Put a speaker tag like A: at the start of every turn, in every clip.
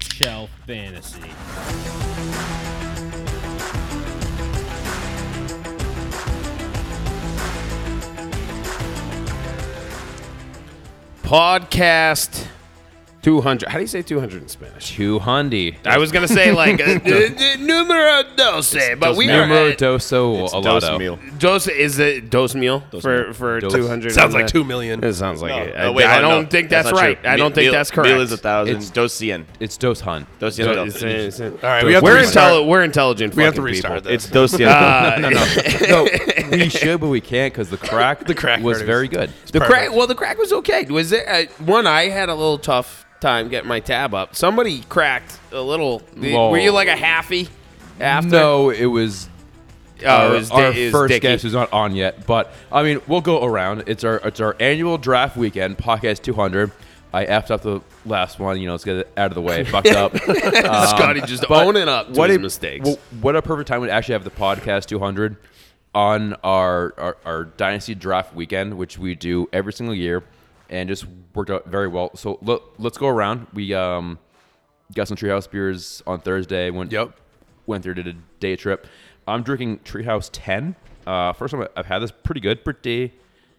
A: shelf fantasy.
B: Podcast 200. How do you say 200 in Spanish?
C: Two hundy.
B: I was going to say like uh, uh, numero doce, but we are
C: Numero
B: at-
C: doso
D: It's
C: alado.
D: Dos Mil.
B: Dos is it dos meal for
D: mil.
B: for
C: Dos.
B: two hundred?
D: Sounds like two million.
B: It sounds like
D: No,
B: it.
D: no,
B: I-
D: Uh, wait,
B: Uh, I
D: no,
B: don't
D: no,
B: think that's,
D: not
B: right.
D: true.
B: I don't
D: Mil-
B: think
D: mil-
B: that's correct.
D: Mil is a thousand.
C: It's-
D: Dos cien.
C: It's dos hun.
D: Dos cien.
B: So
D: no.
B: it's- it's- it's-
D: All right, we have to
B: we're
D: restart.
B: intelli- we're intelligent.
D: we have to
B: fucking
D: restart
B: people.
D: this.
C: It's
D: dos cien.
B: Uh,
C: no, we should, but we can't because the crack the
D: crack
C: was
D: verdict.
C: very good.
B: The
D: Perfect.
B: crack. Well, the crack was okay. Was there uh, one? I had a little tough time getting my tab up. Somebody cracked a little.
C: Lol.
B: Were you like a halfy? After
C: No, it was
B: Oh,
C: our,
B: it was,
C: our
B: Di- it was
C: first
B: Dicky.
C: guest who's not on yet, but I mean, we'll go around. It's our it's our annual draft weekend, podcast 200. I effed up the last one. You know, let's get it out of the way. Fucked up. Um,
B: Scotty just
C: but
B: owning up to his mistakes.
C: w- what a perfect time to actually have the podcast 200 on our, our our dynasty draft weekend, which we do every single year, and just worked out very well. So let, let's go around. We um got some Treehouse beers on Thursday. Went
D: Yep.
C: Went through did a day trip. I'm drinking Treehouse 10. Uh, first time I've had this. Pretty good. Pretty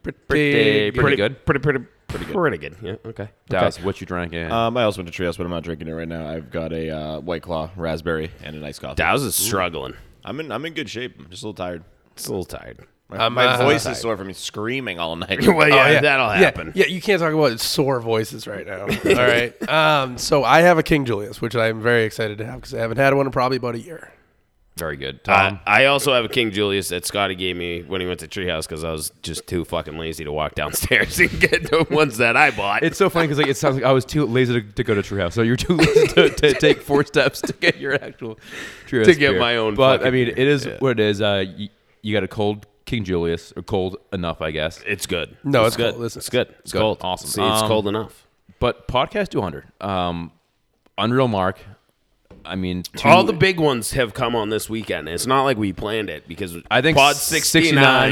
C: pretty pretty, good.
B: Pretty pretty pretty good. Pretty good. Yeah. Okay. Uh,
C: Dallas, what you drank? In?
D: Um, I also went to Treehouse, but I'm not drinking it right now. I've got a uh, White Claw, raspberry, and an iced coffee.
B: Dow's is struggling.
D: I'm in. I'm in good shape. I'm just a little tired.
B: It's a little tired.
D: My,
B: Um,
D: my
B: uh,
D: voice is sore from me screaming all night.
B: well, Oh, yeah,
D: Uh,
B: that'll
D: yeah,
B: happen.
D: yeah.
E: Oh, Yeah, you can't talk about sore voices right now. All right. Um, so I have a King Julius, which I am very excited to have because I haven't had one in probably about a year.
C: very good.
B: I,
C: Tom.
B: I also have a King Julius that Scotty gave me when he went to Treehouse because I was just too fucking lazy to walk downstairs and get the ones that I bought.
C: It's so funny because like it sounds like I was too lazy to, to go to Treehouse. So you're too lazy to, to take four steps to get your actual Treehouse
B: To get
C: beer.
B: my own
C: But I
B: fucking
C: mean,
B: beer.
C: it is what it is. Uh, you, you got a cold King Julius, or cold enough, I guess.
B: It's good.
E: No, it's cold. This
B: It's
E: is-
B: good. It's
C: Good.
B: cold.
C: Awesome.
B: See, it's
C: Um,
B: cold enough.
C: But podcast 200, um, Unreal Mark. I mean, two,
B: All the big ones have come on this weekend. It's not like we planned it because
C: I think
B: Pod
C: 69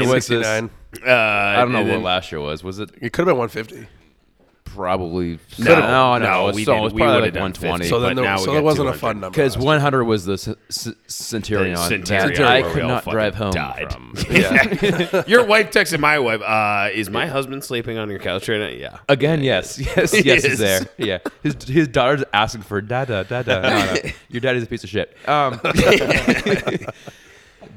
B: 69
C: was this-
E: 69.
B: Uh,
C: I don't know what last year was. Was it
E: It could have been 150.
C: probably
B: No,
C: no, no,
B: no,
C: it was
B: we
C: so, it
B: didn't.
C: was
B: We
C: probably
B: would've
C: like
B: done
C: 120.
B: 50.
E: So
B: But
E: then
B: now
E: there,
B: we
E: so there
B: got
E: wasn't a
B: 200.
E: fun number.
C: Because
E: last
C: 100 was the c- c- Centurion. that
B: Centurion,
C: I
B: where we
C: could
B: all
C: not
B: fucking
C: drive home
B: died.
C: from.
B: Your wife texted my wife. Uh, is my husband sleeping on your couch right now? Yeah.
C: Again, yes, yes, yes,
B: Yes.
C: he's there. Yeah, his his daughter's asking for dada, dada. No, no. Your daddy's a piece of shit. Um,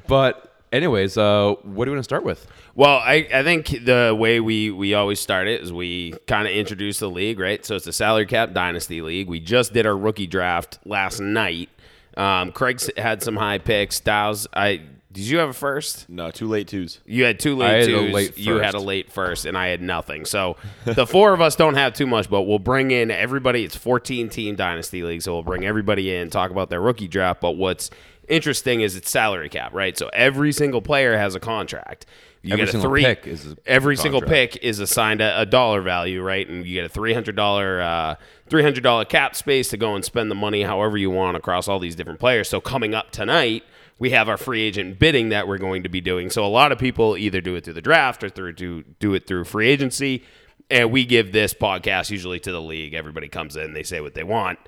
C: but anyways, uh, what do you want to start with?
B: Well, I, I think the way we, we always start it is we kind of introduce the league, right? So it's the salary cap dynasty league. We just did our rookie draft last night. Um, Craig had some high picks. Styles, I did you have a first?
D: No, two late twos.
B: You had two late
C: I had a
B: twos.
C: late
B: you had a
C: first.
B: late first, and I had nothing. So the four of us don't have too much, but we'll bring in everybody. It's 14 team dynasty league, so we'll bring everybody in, talk about their rookie draft. But what's interesting is it's salary cap, right? So every single player has a contract. You
C: Every
B: get a
C: single
B: three.
C: pick is a
B: every single
C: contract.
B: pick is assigned a, a dollar value, right? And you get a three hundred dollar uh, three hundred dollar cap space to go and spend the money however you want across all these different players. So coming up tonight, we have our free agent bidding that we're going to be doing. So a lot of people either do it through the draft or through do do it through free agency. And we give this podcast usually to the league. Everybody comes in, they say what they want.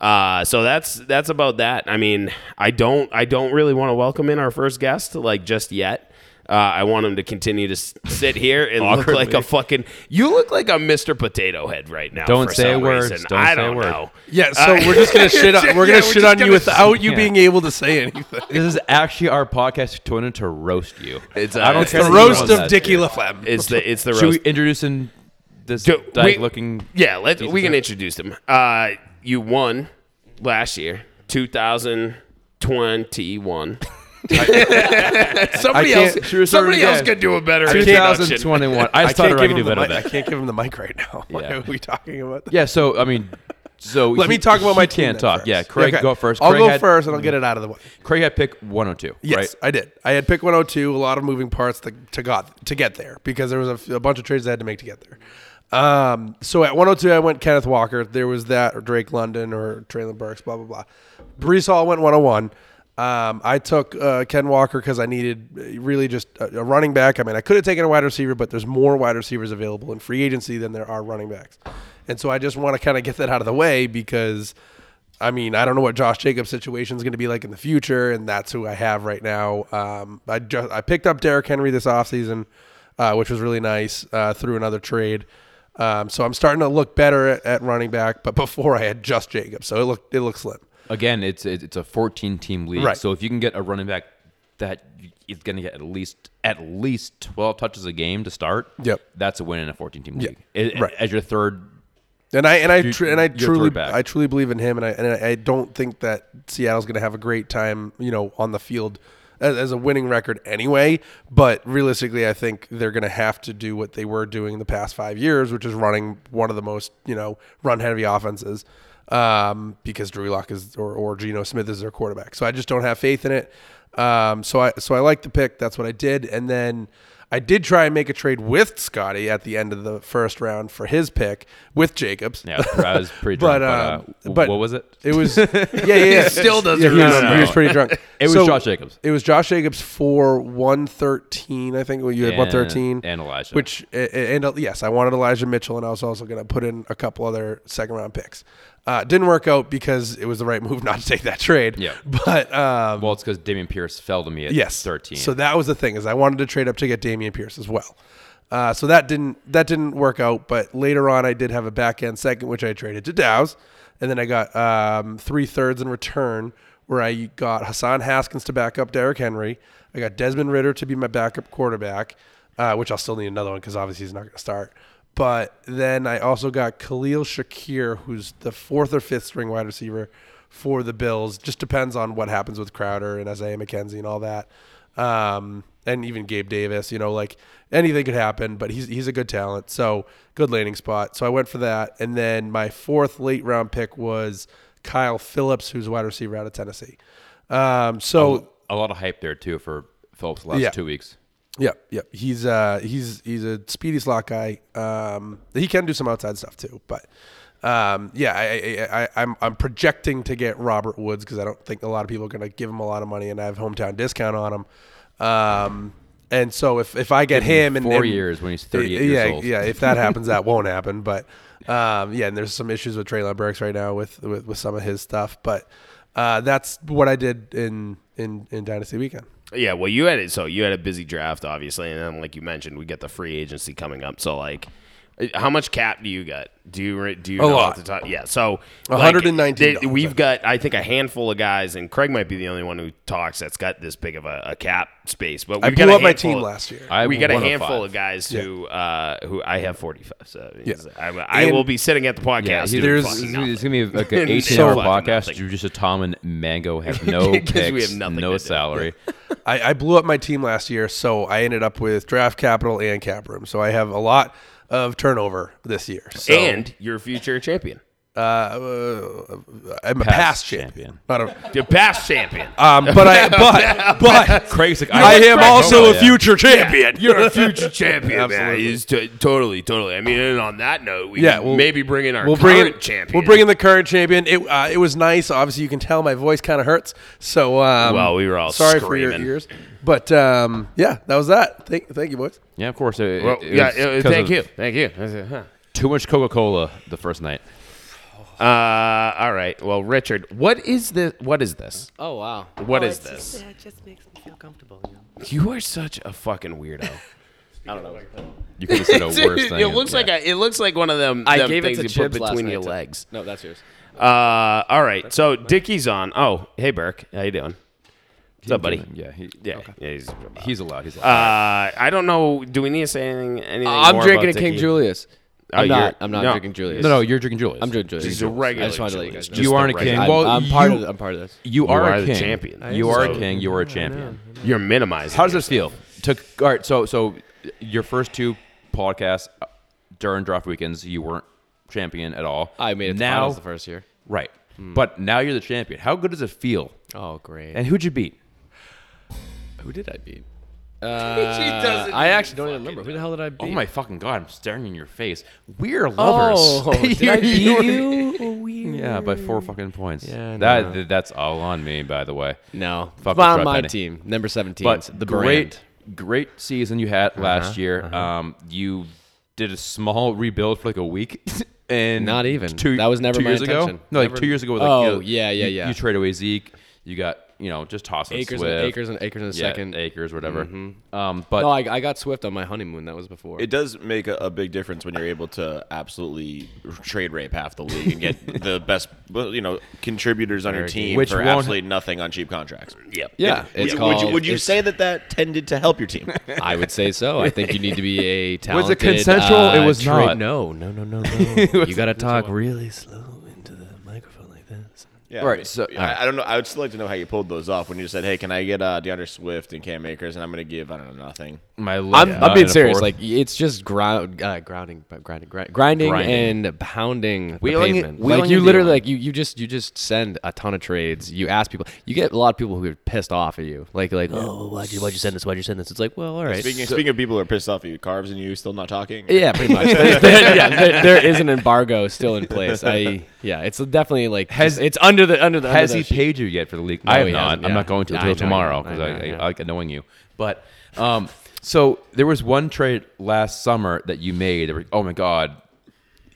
B: Uh, so that's that's about that. I mean, I don't I don't really want to welcome in our first guest like just yet. Uh, I want him to continue to s- sit here and look like a fucking. You look like a Mr. Potato Head right now.
C: Don't
B: for
C: say a
B: some
C: word.
B: reason.
C: Don't
B: I
C: say a
B: don't
C: word.
B: know.
E: Yeah, so
C: Uh,
E: we're just gonna shit on we're
B: Yeah,
E: gonna
B: we're
E: shit
B: just
E: on
B: gonna-
E: you without you
C: yeah.
E: being able to say anything.
C: This is actually our podcast tune to roast you.
B: It's, uh,
C: I don't
B: it's
C: care that
E: The
C: you
E: roast
C: want
E: of
C: that.
E: Dickie LaFlemme.
B: It's the it's the
C: Should we
B: roast.
C: introduce in this
B: Do- we-
C: dyke looking?
B: yeah, let we can
C: guy.
B: introduce him. Uh, you won last year, 2021. somebody
C: I
B: else,
C: can't- should we start
B: somebody
C: it again?
B: else could do a better introduction.
C: 2021. I just thought I
E: give
C: could do
E: him the
C: better
E: mic.
C: than
E: I
C: that.
E: can't give him the mic right now. What
C: Yeah.
E: are we talking about?
C: Yeah. So I mean, so
E: Let me talk about my team.
C: can't
E: then
C: talk.
E: first.
C: Yeah, Craig,
E: Okay.
C: go first.
E: I'll
C: Craig
E: go
C: had-
E: first, and I'll get it out of the way.
C: Craig had pick 102.
E: Yes,
C: right?
E: I did. I had pick 102, a lot of moving parts to, to got to get there because there was a, f- a bunch of trades I had to make to get there. Um, so at 102, I went Kenneth Walker. There was that, or Drake London, or Traylon Burks, blah blah blah. Brees Hall went 101. Um, I took uh, Ken Walker because I needed uh, really just a, a running back. I mean, I could have taken a wide receiver, but there's more wide receivers available in free agency than there are running backs, and so I just want to kind of get that out of the way because I mean, I don't know what Josh Jacobs' situation is going to be like in the future, and that's who I have right now. Um, I just I picked up Derrick Henry this offseason, uh, which was really nice uh, through another trade. Um, so I'm starting to look better at, at running back, but before I had just Jacobs, so it looked it looked slim.
C: Again, it's it- it's a 14 team league,
E: Right.
C: so if you can get a running back that is going to get at least at least 12 touches a game to start,
E: Yep.
C: that's a win in a 14 team league. I-
E: right.
C: As your third,
E: And I and I
C: You-
E: tr- and I
C: you're a
E: truly
C: throwback.
E: I truly believe in him, and I and I I don't think that Seattle's going to have a great time, you know, on the field as, as a winning record anyway. But realistically, I think they're going to have to do what they were doing the past five years, which is running one of the most you know run heavy offenses, um, because Drew Lock is or or Geno Smith is their quarterback. So I just don't have faith in it. Um, so I so I like the pick. That's what I did, and then. I did try and make a trade with Scotty at the end of the first round for his pick with Jacobs.
C: yeah, I was pretty drunk.
E: But,
C: But, uh,
E: um,
C: w-
E: but-
C: what was it?
E: It was yeah, yeah. yeah.
B: still doesn't
E: Yeah, he, was,
B: remember.
E: he was pretty drunk.
C: It was Josh Jacobs.
E: It was Josh Jacobs for one thirteen. I think well, you had
C: And-
E: one thirteen
C: and Elijah.
E: which a- a- and uh, yes, I wanted Elijah Mitchell, and I was also going to put in a couple other second round picks. Uh, didn't work out because it was the right move not to take that trade.
C: Yeah.
E: but um,
C: Well, it's because Damian Pierce fell to me at
E: yes,
C: 13.
E: So that was the thing is I wanted to trade up to get Damian Pierce as well. Uh, so that didn't that didn't work out. But later on, I did have a back end second, which I traded to Dow's, and then I got um, three thirds in return, where I got Hassan Haskins to back up Derrick Henry. I got Desmond Ritter to be my backup quarterback, uh, which I'll still need another one because obviously he's not going to start. But then I also got Khalil Shakir, who's the fourth or fifth string wide receiver for the Bills. Just depends on what happens with Crowder and Isaiah McKenzie and all that. Um, and even Gabe Davis, you know, like anything could happen, but he's he's a good talent. So good landing spot. So I went for that. And then my fourth late round pick was Kyle Phillips, who's a wide receiver out of Tennessee. Um, so
C: a lot of hype there, too, for Phillips the last
E: Yeah.
C: two weeks.
E: Yep, yep. He's uh he's he's a speedy slot guy. Um, he can do some outside stuff too, but um, yeah, I, I, I I'm I'm projecting to get Robert Woods because I don't think a lot of people are gonna give him a lot of money, and I have hometown discount on him. Um, and so if if I get him in
C: four years when he's 38 years
E: yeah,
C: old.
E: yeah, if that happens, that won't happen. But um, yeah, and there's some issues with Traylon Burks right now with with, with some of his stuff, but uh, that's what I did in in in Dynasty Weekend.
B: Yeah, well, you had it. So you had a busy draft, obviously, and then like you mentioned, we get the free agency coming up. So like, uh, how much cap do you got? Do you re- do you know
E: lot.
B: off the top? Yeah, so
E: A
B: like,
E: hundred and nineteen
B: they-
E: dollars, I
B: We've
E: think.
B: got I think a handful of guys, and Craig might be the only one who talks that's got this big of a, a cap space. But
E: I
B: we've got
E: blew
B: a
E: up my
B: handful
E: team
B: of-
E: last year.
C: I
B: we got a
C: won
B: handful
C: five.
B: of guys who uh, who I have forty five. So I, I
E: And-
B: will be sitting at the
C: Yeah,
B: podcast.
C: he-
B: doing
C: there's,
E: there's-
B: fucking
C: it's
B: nothing.
C: gonna be like an
B: So
C: 18 hour
B: fucking
C: podcast.
B: nothing.
C: Just a Tom and Mango have no
B: 'Cause we
C: picks,
B: have nothing
C: no
B: to do.
C: salary.
E: I, I blew up my team last year, so I ended up with draft capital and cap room. So I have a lot of turnover this year. So,
B: and your future champion,
E: uh, uh, I'm a
C: Past
E: past, champion,
C: champion.
E: not a.
B: your past champion.
E: Um, but I but but
C: Craig's like,
E: I am
C: Craig,
E: also
C: oh,
E: a
C: yeah.
E: future champion.
B: You're a future champion, man.
E: Absolutely.
B: He's t- totally, totally. I mean, and on that note, we
E: Yeah,
B: could
E: we'll-
B: maybe bring in our
E: We'll bring
B: current
E: in
B: champion.
E: We'll bring in the current champion. It uh, it was nice. Obviously, you can tell my voice kind of hurts. So um,
B: Well, we were all
E: sorry for
B: screaming.
E: your ears, but um, yeah, that was that. Thank thank you, boys.
C: Yeah, of course. It,
B: Well,
C: it
B: yeah,
C: was
B: uh,
C: 'cause
B: thank
C: of
B: you, thank you. I said, huh.
C: Too much Coca Cola the first night.
B: Uh, all right. Well, Richard, what is this? What is this?
A: Oh wow.
B: What
A: What
B: is
A: is
B: this?
A: Just, yeah, it just makes me feel comfortable. You know?
B: You are such a fucking weirdo.
C: You could have said a worse thing.
B: it looks like a, it looks like one of them.
A: I
B: them
A: gave it
B: things
A: to
B: you
A: Chibs
B: put
A: last
B: between
A: night,
B: your
A: too.
B: legs.
A: No, that's yours.
B: Uh, all right. So Dickie's on. Oh, hey, Burke. How you doing? What's up, buddy?
C: Yeah, he,
B: Yeah, yeah, he's,
C: he's allowed. He's allowed.
B: uh, I don't know. Do we need to say anything? anything
A: I'm
B: more
A: drinking a
B: about
A: King
B: Dickey?
A: Julius.
B: Oh,
A: I'm
B: you're-
A: not. I'm not
B: no.
A: drinking Julius.
C: no, no, you're drinking Julius.
A: I'm drinking Julius.
B: He's a regular
A: I just wanted to let you guys
B: Julius.
A: know.
B: Just
C: You aren't
B: the
C: a king.
B: regular-
A: I'm,
C: Well,
A: I'm part
C: you-
A: of. The, I'm part of this.
C: You
B: You
C: are,
B: are
C: a
B: the
C: king.
B: champion.
C: You are a
B: So-
C: king. You are a champion.
B: You're minimizing.
C: How does
B: it.
C: this feel? To all right, so so your first two podcasts uh, during draft weekends, you weren't champion at all.
A: I made it to
C: now,
A: finals the first year. Hmm.
C: right? But now you're the champion. How good does it feel?
A: Oh great.
C: And who'd you beat?
A: who did I beat? Uh, I actually don't even remember. Who the hell did I beat?
C: Oh my fucking god! I'm staring in your face. We're lovers.
A: Oh, did I beat you? Oh, weird.
C: Yeah, by four fucking points.
A: Yeah,
C: that
A: no.
C: that's all on me, by the way.
A: No,
C: Fuck
A: It's not
C: with
A: on my
C: Trapani.
A: team. Number seventeen.
C: But
A: the
C: great,
A: brand.
C: great
F: Uh-huh,
C: season you had last year. Um, you did a small rebuild for like a week, and
F: Not even.
C: two.
F: That was never
C: two
F: my
C: years ago.
F: intention.
C: No, like
F: Never-
C: two years ago. With like,
F: Oh,
C: you know,
F: yeah, yeah,
C: you-
F: yeah.
C: You trade away Zeke. You got you know just toss and
F: Acres
C: Swift,
F: and acres and acres in a
C: yeah,
F: second. Mm-hmm.
C: acres, whatever. Um, but
F: No, I, I got Swift on my honeymoon. That was before.
D: It does make a, a big difference when you're able to absolutely trade rape half the league and get the best, well, you know, contributors on your team
C: Which
D: for
C: won't-
D: absolutely nothing on cheap contracts.
B: Yep.
F: yeah, it's
D: would,
F: called,
D: you, would you
F: it's-
D: say that that tended to help your team?
F: I would say so. I think you need to be a talented.
C: consensual?
F: uh,
C: It was
F: trade-
C: not.
F: No, no, no, no, no. you got to talk really slow into the microphone like this.
D: Yeah,
C: All right,
D: I mean,
C: so-
D: I, I don't know. I would still like to know how you pulled those off when you said, "Hey, can I get uh, DeAndre Swift and Cam Akers?" And I'm going to give I don't know nothing.
C: my
F: I'm,
C: left
F: I'm being
C: and a
F: serious.
C: fourth.
F: Like it's just ground, uh, grounding, grinding, grinding, grinding,
C: Grinding.
F: and pounding the
C: Wheeling-
F: pavement.
C: wheeling
F: like you
C: and
F: literally,
C: dealing.
F: like you, you just, you just send a ton of trades. You ask people. You get a lot of people who are pissed off at you. Like, like, oh, why'd you, why'd you send this? Why'd you send this? It's like, well, all right.
D: Speaking, speaking of people who are pissed off at you, Carves and you still not talking.
F: Yeah, pretty much. there, yeah, there, there is an embargo still in place. I yeah, it's definitely like
C: Has-
F: just- it's under the under the
C: Has
F: under
C: he
F: the sheet.
C: paid you yet for the league?
F: No,
C: I have
F: he
C: not.
F: hasn't,
C: I'm
F: yeah.
C: not going to
F: Yeah, I
C: until
F: know,
C: tomorrow
F: I
C: because
F: know,
C: I, I,
F: yeah.
C: like annoying you. But um, so there was one trade last summer that you made. That were, oh my god,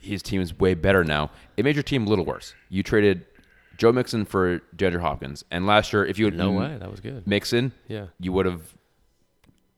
C: his team is way better now. It made your team a little worse. You traded Joe Mixon for DeAndre Hopkins, and last year, if you had
F: No
C: m-
F: way, that was good.
C: Mixon,
F: Yeah.
C: you would have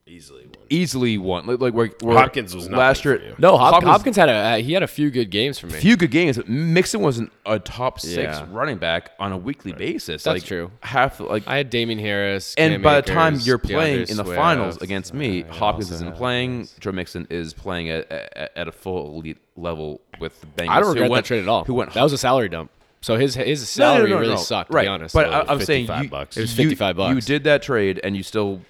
B: Easily won.
C: easily won. Like, like we're, we're-
B: Hopkins was nothing
C: last year.
B: for you.
F: No, Hopkins, Hopkins had a uh, he had a few good games for me.
C: few good games. But Mixon wasn't a top six
F: Yeah.
C: running back on a weekly basis.
F: That's
C: like,
F: true.
C: Half the- like
F: I had Damien Harris,
C: and
F: Cam
C: by the time
F: Akers,
C: you're playing
F: DeAndre
C: in the
F: Swift.
C: finals against me,
F: Uh, yeah,
C: Hopkins
F: also
C: isn't
F: had-
C: playing. Joe Mixon is playing at, at, at a full elite level with the Bengals.
F: I don't
C: who
F: regret
C: went-
F: that trade at all.
C: Who went?
F: That was a salary dump. So his his
C: No, no, no,
F: salary
C: no,
F: really
C: no.
F: sucked.
C: Right.
F: To be honest,
C: but
F: So
C: I, am saying
B: 55
C: you,
B: bucks.
F: It was
C: you-
F: 55 bucks.
C: You did that trade, and you still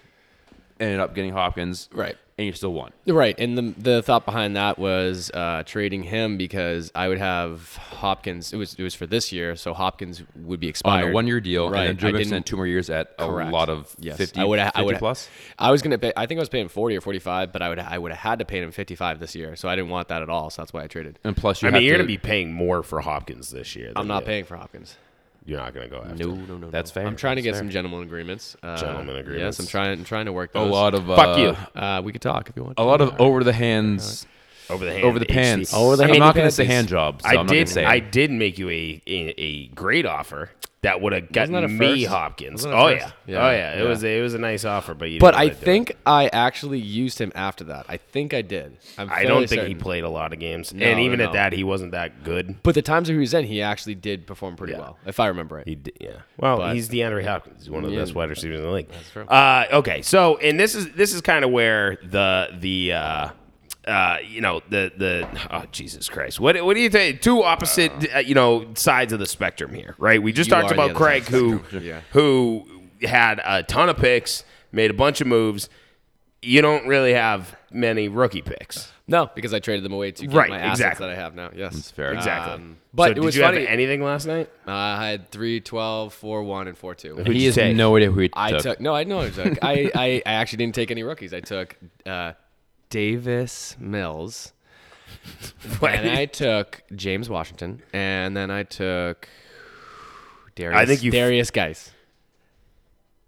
C: ended up getting Hopkins.
F: Right.
C: And you still won.
F: Right, and the the thought behind that was uh, trading him because I would have Hopkins. It was it was for this year, so Hopkins would be
C: On
F: expired.
C: a one-year deal,
F: Right,
C: and then Joe
F: I
C: Mixon
F: didn't-
C: had two more years at a
F: Correct.
C: lot of
F: Yes.
C: 50,
F: I would I
C: 50
F: would
C: plus.
F: I was gonna pay. I think I was paying forty or forty five, but I would I would have had to pay him fifty five this year, so I didn't want that at all. So that's why I traded.
C: And plus, you
B: I mean,
C: have
B: you're
C: to
B: going to be paying more for Hopkins this year.
F: I'm
B: than
F: not
B: you-
F: paying for Hopkins.
B: You're not going to go after.
F: No,
B: him.
F: no, no.
B: That's
F: no.
B: fair.
F: I'm trying to
B: That's
F: get
B: fair.
F: some gentleman agreements. Uh,
B: Gentleman agreements.
F: Yes, I'm trying. I'm trying to work
C: a
F: those.
C: lot of uh,
B: Fuck you.
F: Uh, we could talk if you want.
C: A lot of over the hands.
B: over the hand,
C: Over the
B: HD.
C: pants.
F: Over the
C: I'm
F: hand
C: not going to
F: pants.
C: say hand jobs.
B: I
C: So I'm not gonna
B: did.
C: say it.
B: I did make you a a, a great offer that would have
F: Wasn't that a
B: gotten me
F: first?
B: Hopkins.
F: Wasn't that
B: Oh
F: a
B: yeah.
F: first?
B: oh
F: Yeah,
B: yeah. It
F: yeah.
B: was a, it was a nice offer, but you.
F: But
B: didn't wanna
F: I
B: do it.
F: think I actually used him after that. I think I did. I'm
B: I
F: fairly
B: don't think he
F: certain.
B: played a lot of games,
F: No,
B: and even
F: no,
B: at
F: no.
B: that, he wasn't that good.
F: But the times that he was in, he actually did perform pretty well, if I remember right.
B: He did, yeah. Well,
F: But-
B: he's DeAndre Hopkins. He's one of the best wide receivers in the league. That's
F: true.
B: Uh, okay, so and this is this is kind of where the the uh, uh, you know the the oh Jesus Christ, what what do you think? Two opposite uh, you know sides of the spectrum here, right? We just
F: You
B: talked
F: are the
B: about
F: other
B: Craig
F: side of the
B: who
F: spectrum, yeah.
B: who had a ton of picks, made a bunch of moves. You don't really have many rookie picks.
F: No, because I traded them away to get
B: Right,
F: my assets
B: exactly.
F: that I have now. Yes, that's
C: fair.
B: Exactly.
F: Um, but
B: So
F: it
B: did
F: was
B: you
F: funny.
B: have anything last night?
F: uh, I had 3, 12, 4, 1, and 4, 2.
B: Who'd
C: He
B: you
C: has
B: take?
C: no idea who he
F: I took, no, I know I took. I, I, I actually didn't take any rookies. I took uh, Davis Mills, and I took James Washington, and then I took Darius.
B: I think you-
F: Darius Geis.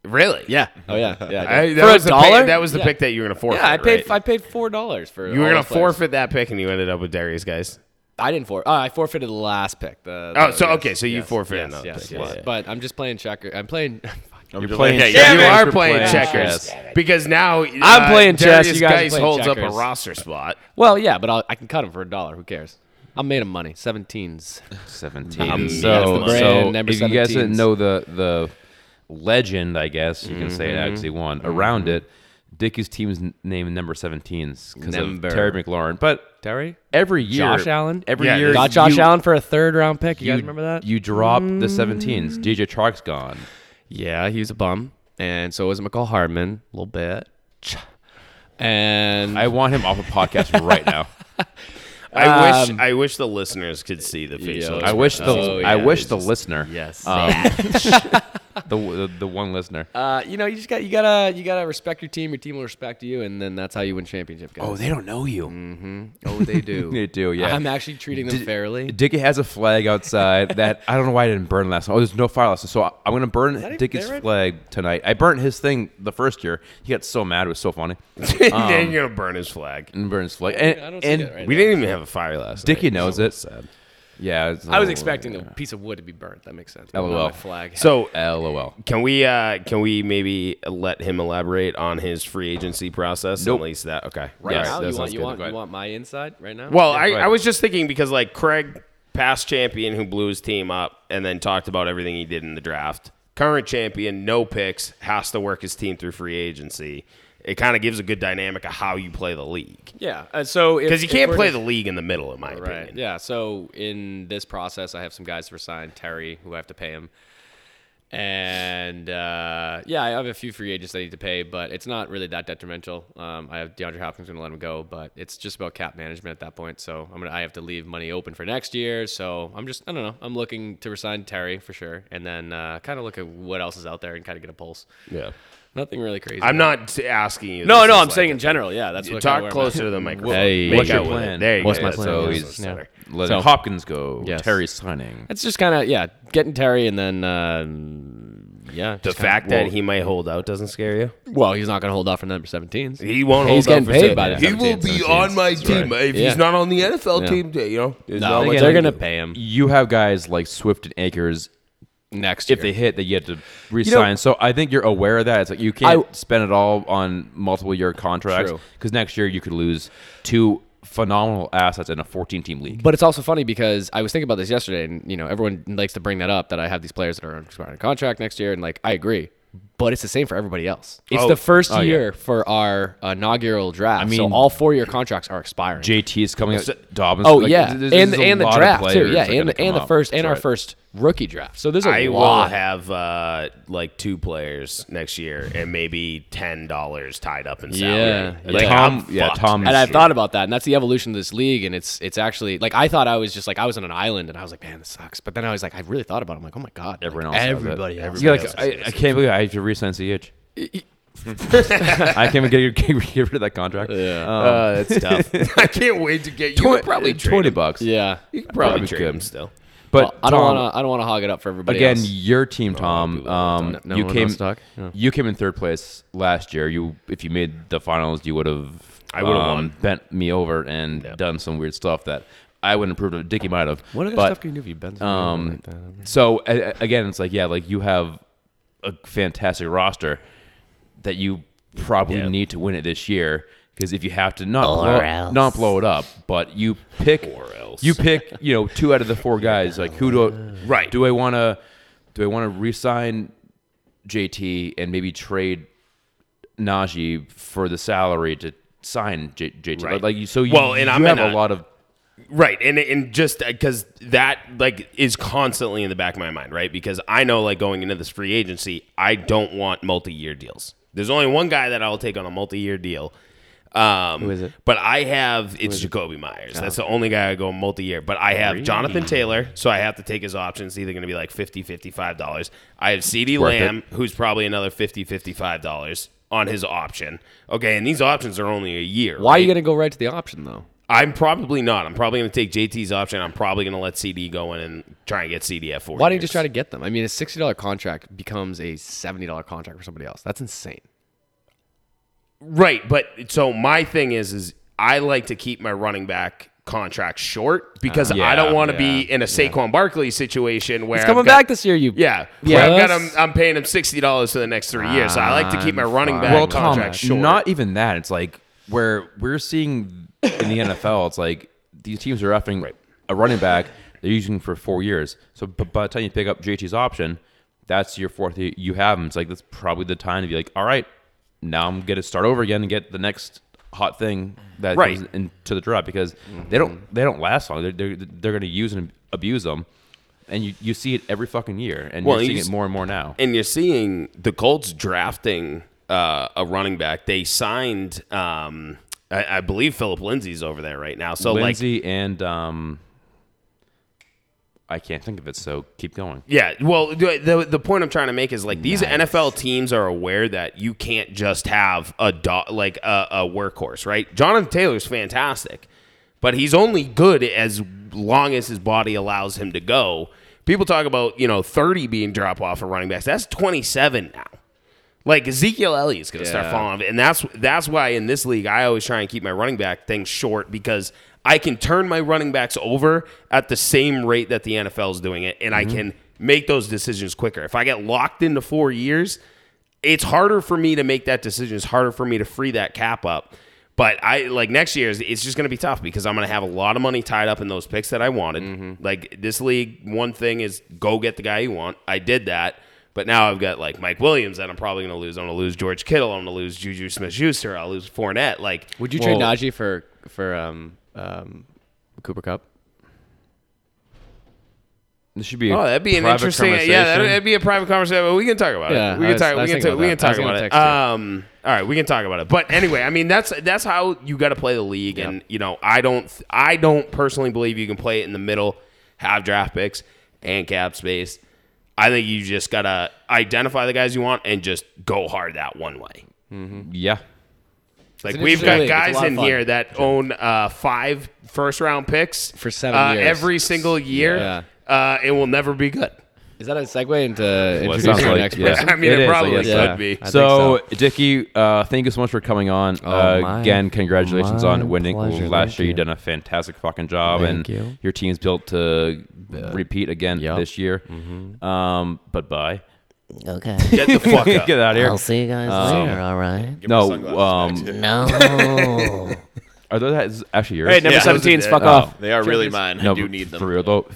B: Really?
F: Yeah. Oh yeah. Yeah. I
B: I,
F: did.
B: that
F: for a
B: was the
F: dollar.
B: pick, that was the
F: Yeah.
B: pick that you were going to forfeit.
F: yeah, I paid.
B: right?
F: I paid four dollars for.
B: You were
F: all
B: gonna
F: those players.
B: forfeit that pick, and you ended up with Darius, guys.
F: I didn't forfeit. Uh, I forfeited the last pick. The,
B: Oh,
F: the-
B: so
F: yes,
B: okay, so you
F: yes,
B: forfeited
F: yes,
B: another
F: yes,
B: pick.
F: yes.
B: Yeah.
F: But I'm just playing checker. I'm playing.
D: You're
C: playing
B: Yeah,
C: checkers.
B: you
C: Yeah,
B: are
C: we're
B: playing
C: playing
B: checkers
C: chess.
B: because now uh,
F: I'm playing chess,
B: Darius
F: you guys are
B: Geis
F: playing
B: holds up
F: checkers.
B: a roster spot.
F: well, yeah, but I'll, I can cut him for a dollar. Who cares? I made him money. Seventeens.
C: 17.
B: Um, that's the
C: so,
B: brand,
C: so
F: number
C: if you guys
F: 17s.
C: didn't know the the legend, I guess you can say it actually won around it. Dickie's team's n- named number 17s because of
F: Number.
C: Terry McLaurin. But
F: Terry.
C: every year,
F: Josh Allen?
C: Every
B: Yeah,
C: year,
B: this-
F: Got Josh
C: you-
F: Allen for a third round pick. You,
C: You
F: guys remember that? Mm.
C: You drop the 17s. DJ Chark's gone.
F: yeah, he was a bum, and so was McCall Hardman a little bit. And
C: I want him off a podcast right now.
B: I wish I wish the listeners could see the facial.
F: yeah,
C: I wish the
F: Oh,
C: I
F: yeah,
C: wish
F: it's
C: the listener
F: yes,
C: um, the, the the one listener.
F: Uh, you know, you just got you gotta you gotta respect your team. Your team will respect you, and then that's how you win championship games.
B: they don't know you.
F: Oh, they do.
C: They do, yeah.
F: I'm actually treating them fairly.
C: Dicky has a flag outside that I don't know why I didn't burn last. night. Oh, there's no fire last. night. So I, I'm gonna burn
F: even
C: Dicky's
F: there right
C: flag tonight. I burnt his thing the first year. He got so mad. It was so funny.
B: then you're gonna burn his flag.
C: And burn his flag.
F: I
C: And,
F: don't see
C: and
F: that right
B: We didn't even have a fire last night.
C: Mm. Dickie
B: which
C: knows
B: is
C: it.
B: sad.
C: yeah, it's a
F: I was
C: little-
F: expecting a piece of wood to be burnt. That makes sense.
C: LOL.
F: Not a flag.
B: Oh, So
C: LOL.
B: Can we uh can we maybe let him elaborate on his free agency process?
C: Nope.
B: At least that okay.
F: right
B: Yes,
F: now,
B: that
F: you
B: sounds
F: want you
B: good.
F: want,
C: Go
F: you
C: ahead.
F: want my inside right now?
B: Well, I,
C: go
B: I
C: ahead.
B: was just thinking because like Craig, past champion who blew his team up and then talked about everything he did in the draft. Current champion, no picks, has to work his team through free agency. It kind of gives a good dynamic of how you play the league
F: yeah. Uh, so
B: because you can't play the league in the middle, in my
F: Right.
B: opinion.
F: Yeah. So in this process, I have some guys to resign Terry, who I have to pay him. And uh, yeah, I have a few free agents I need to pay, but it's not really that detrimental. Um, I have DeAndre Hopkins going to let him go, but it's just about cap management at that point. So I'm gonna I have to leave money open for next year. So I'm just I don't know. I'm looking to resign Terry for sure, and then uh, kind of look at what else is out there and kind of get a pulse.
B: Yeah.
F: Nothing really crazy.
B: I'm not t- asking you.
F: No,
B: this
F: no.
B: is
F: I'm
B: like-
F: saying in general. Yeah, that's what kinda
B: talk
F: where I'm
B: closer
F: at.
B: to the microphone.
F: Hey,
B: Make
F: what's
B: out
F: your
B: with it.
C: plan?
B: There you
F: What's
B: go.
F: my
B: That
F: plan?
C: So
B: sounds
F: Yeah.
C: he's
F: Yeah.
C: letting
F: So-
C: Hopkins go.
F: Yes.
C: Terry's signing.
F: It's just kind of yeah, getting Terry and then um,
B: The
F: yeah. just kinda-
B: fact that he might hold out doesn't scare you.
F: well, he's not going to hold off for number 17s.
B: He won't
F: He's
B: hold out
F: getting
B: for
F: paid
B: seven.
F: by the
B: He
F: 17s.
B: will be on my team if
F: Yeah.
B: not on the NFL
F: Yeah.
B: You know, There's
F: No,
B: not much I
F: they're
B: can
F: going to
B: do.
F: pay him
C: You have guys like Swift and Akers.
F: next year.
C: If they hit, they get to resign. so I think you're aware of that. It's like you can't spend it all on multiple year contracts
F: True.
C: because next year you could lose two phenomenal assets in a 14 team league.
F: But it's also funny because I was thinking about this yesterday, and you know everyone likes to bring that up that I have these players that are expiring contract next year, and like I agree, but it's the same for everybody else. It's
B: Oh.
F: the first
C: yeah.
F: year for our inaugural draft, I mean, so
C: mean-
F: all four-year contracts are expiring.
C: JT's coming out. Dobbins.
F: oh
C: like,
F: yeah,
C: there's-
F: and
C: there's a
F: and the
C: lot of
F: draft too.
C: players
F: Yeah,
C: that are
F: and the,
C: gonna
F: and
C: come
F: the
C: up.
F: first and
C: That's
F: our
C: right.
F: first rookie draft. So there's a
B: I will
F: lot.
B: have uh, like two players next year and maybe ten dollars tied up in salary.
F: Yeah,
B: like,
F: yeah.
B: I'm
C: Tom- yeah,
B: fucked
C: Tom-
B: next
F: and I
B: year.
F: thought about that, and that's the evolution of this league. And it's it's actually like I thought I was just like I was on an island, and I was like, man, this sucks. But then I was like, I really thought about. it. I'm like, oh my god,
C: Everyone
F: like,
C: else has it.
F: everybody, else.
C: Yeah,
F: has
C: like,
F: it.
C: I, I can't believe I had to resign CH. I can't even get, get, get rid of that contract. Yeah.
B: uh, it's tough. I can't wait to get you. could probably trade
C: 20
B: him.
C: bucks.
F: yeah.
B: You could probably,
C: Probably
B: trade
C: uh, good.
B: him still.
C: But
F: Well, I don't
C: Tom,
F: want to. I don't want to hog it up for everybody.
C: again,
F: else.
C: your team, Tom.
F: Oh, people
C: um,
F: don't- no
C: you
F: one
C: came.
F: else talk? Yeah.
C: You came in third place last year. You, if you made the finals, you would have.
B: I would've
C: um,
B: won.
C: Bent me over and done some weird stuff that I wouldn't approve of. Dickie might have. but,
F: do if you bend
C: Um, so a- a- again, it's like yeah, like you have a fantastic roster that you probably
B: Yeah.
C: need to win it this year because if you have to not
F: Or
C: blow,
F: else.
C: not blow it up, but you pick
B: Or else.
C: you pick you know two out of the four guys like who do I,
B: Right.
C: do I want to do I want to resign JT and maybe trade Najee for the salary to sign J- JT
B: Right.
C: like you so you,
B: Well, and
C: you
B: I'm
C: have
B: in
C: a
B: a-
C: lot of
B: Right, and and just because that like is constantly in the back of my mind, right? Because I know like going into this free agency, I don't want multi-year deals. There's only one guy that I'll take on a multi-year deal. Um, Who
F: is it?
B: But I have it's Jacoby Myers. That's the only guy I go multi-year. But I have Jonathan Taylor, so I have to take his option. It's either going to be like 50 $55. dollars. I have CD
C: worth it.
B: Lamb, who's probably another 50 $55 dollars on his option. Okay, and these options are only a year.
F: Why are you
B: right?
F: gonna go right to the option though?
B: I'm probably not. I'm probably going to take JT's option. I'm probably going to let CD go in and try and get CD at four.
F: Why don't you just try to get them? I mean, a sixty dollar contract becomes a seventy dollar contract for somebody else. That's insane.
B: right? But so my thing is, is I like to keep my running back contract short because
C: yeah,
B: I don't want to be
F: yeah,
B: in a Saquon Barkley situation where
F: He's
B: I've
F: coming
B: got-
F: back this year. You
B: Yeah, where I've got
F: Yes.
B: him, I'm paying him sixty dollars for the next three years. So I like to keep my running back
C: well, Tom,
B: contract short.
C: not even that. It's like where we're seeing in the NFL, it's like these teams are effing a running back they're using for four years. So b- by the time you pick up JT's option, that's your fourth. year You have him. It's like that's probably the time to be like, all right, now I'm gonna start over again and get the next hot thing that
B: Right. Mm-hmm.
C: goes into the draft because they don't they don't last long. They're, they're they're gonna use and abuse them. And you, you see it every fucking year, and
B: Well,
C: you're
B: you
C: seeing it
B: s-
C: more and more now.
B: and you're seeing the Colts drafting uh, a running back. They signed, um, I, I believe, Philip Lindsay's over there right now. So like,
C: Lindsey and um, I can't think of it, so keep going.
B: Yeah, well, the, the the point I'm trying to make is like these NFL teams are aware that you can't just have a do- like a, a workhorse, right? Jonathan Taylor's fantastic, but he's only good as long as his body allows him to go. People talk about you know 30 being drop off of running backs. That's 27 now. Like Ezekiel Elliott's going to start
A: Yeah.
B: falling off, and that's that's why in this league I always try and keep my running back thing short because I can turn my running backs over at the same rate that the NFL is doing it, and I can make those decisions quicker. If I get locked into four years, it's harder for me to make that decision. It's harder for me to free that cap up. But I like next year. It's just going to be tough because I'm going to have a lot of money tied up in those picks that I wanted. Like this league, one thing is go get the guy you want. I did that, but now I've got like Mike Williams that I'm probably going to lose. I'm going to lose George Kittle. I'm going to lose Juju Smith-Schuster. I'll lose Fournette. Like
A: Would you trade Najee for for um um Cooper Cup?
C: This should be.
B: Oh, that'd be an
C: private
B: interesting. Yeah, that'd,
C: conversation.
B: that'd be a private conversation. But we can talk about
A: Yeah,
B: it. We
A: I
B: can
A: was-
B: talk.
A: I
B: We
A: was
B: can,
A: thinking
B: ta- we can
A: about that. I
B: talk
A: was
B: about
A: gonna
B: it.
A: text you.
B: Um, all right, we can talk about it. But anyway, I mean, that's that's how you got to play the league. And you know, I don't, I don't personally believe you can play it in the middle, have draft picks and cap space. I think you just gotta identify the guys you want and just go hard that one way.
C: yeah.
B: Like
A: an
B: we've
A: interesting
B: got
A: league. It's a
B: guys
A: lot of
B: in
A: fun.
B: here that own uh, five first round picks
A: For seven
B: uh,
A: years.
B: every single year.
A: Yeah.
B: Uh, it will never be good.
A: Is that a segue into introducing
C: sounds
A: our
C: like-
A: next
C: yeah.
A: person?
B: I mean, it
C: It is, I
B: probably
C: guess,
B: could
A: yeah.
B: be.
A: I think
C: So, Dickie, uh, thank you so much for coming on.
A: Oh,
C: uh,
A: my-
C: again, congratulations
A: my
C: on winning
A: pleasure.
C: last
A: Thank
C: year. You've
A: you.
C: done a fantastic fucking job, and
A: Thank you.
C: your team's built to repeat again
A: Yup.
C: this year. Um, but bye.
G: Okay.
B: Get the fuck
C: Get out of here.
G: I'll see you guys
F: Um,
G: later, all right?
C: No, um,
G: No.
C: are those that's actually yours?
B: Hey, number Yeah. 17s, fuck off.
D: They are really mine.
C: Oh. No,
D: I do
C: but
D: need them.
C: for real. Don't,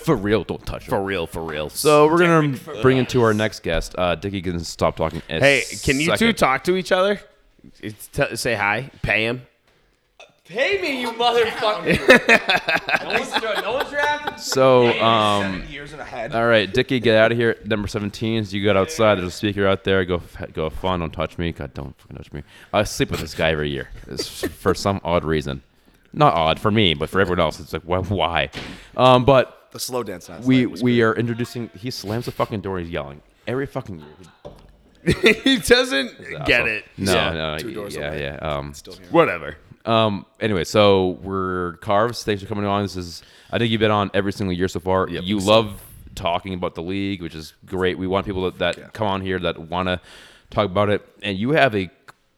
C: for real, don't touch them.
B: For real, for real. So,
C: So we're gonna bring into our next guest. Uh, Dickie can stop talking. in a
B: hey, can you two
C: second.
B: talk to each other? It's t- say hi. Pay him.
A: Pay me, you motherfucker! no one's drafted.
C: So, um,
E: Years and a head.
C: all right, Dickie, get out of here. Number 17s, you got outside. There's a speaker out there. Go, f- go, have fun. Don't touch me. God, don't fucking touch me. I sleep with this guy every year It's for some odd reason. Not odd for me, but for everyone else, it's like why? why? Um, but
H: The slow dance last
C: we
H: night was
C: we are introducing. He slams the fucking door. He's yelling every fucking year.
B: he doesn't get
C: Awful.
B: it.
C: No,
B: Yeah.
C: no,
H: Two doors
C: yeah,
H: away.
C: yeah. Um,
B: Whatever.
C: Um. Anyway, so we're carves. Thanks for coming on. This is. I think you've been on every single year so far. you love talking about the league, which is great. We want people that, that come on here that want to talk about it, and you have a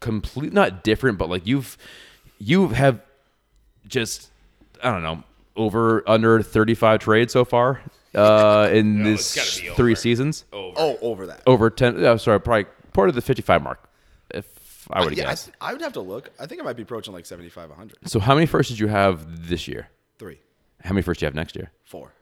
C: complete not different, but like you've you have just I don't know over under thirty five trades so far uh, in
B: it's
C: this
B: gotta be
C: three
B: over.
C: seasons
H: Oh, over that.
C: over ten. I'm sorry, probably part of the fifty five mark. If
B: Uh,
C: I would
H: yeah, I,
C: guess.
H: th- I would have to look. I think I might be approaching like 75, 100.
C: so how many firsts did you have this year?
H: Three,
C: How many firsts do you have next year?
H: four.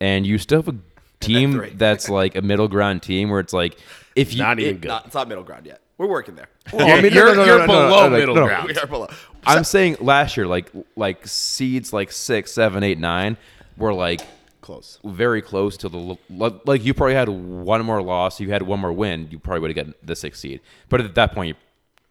C: and you still have a team
H: three.
C: that's like a middle ground team where it's like if you
B: Not even
H: It-
B: good.
H: Not, it's not middle ground yet. We're working there.
B: Yeah,
E: Oh, I mean, no,
B: you're
E: no, no,
B: you're
E: no, no,
B: below
E: no, no,
B: middle
E: no.
B: ground.
H: we are below.
C: I'm saying last year like like seeds like six seven eight nine were like
H: Close.
C: very close to the l- l- like you probably had one more loss you had one more win you probably would have gotten the sixth seed but at that point you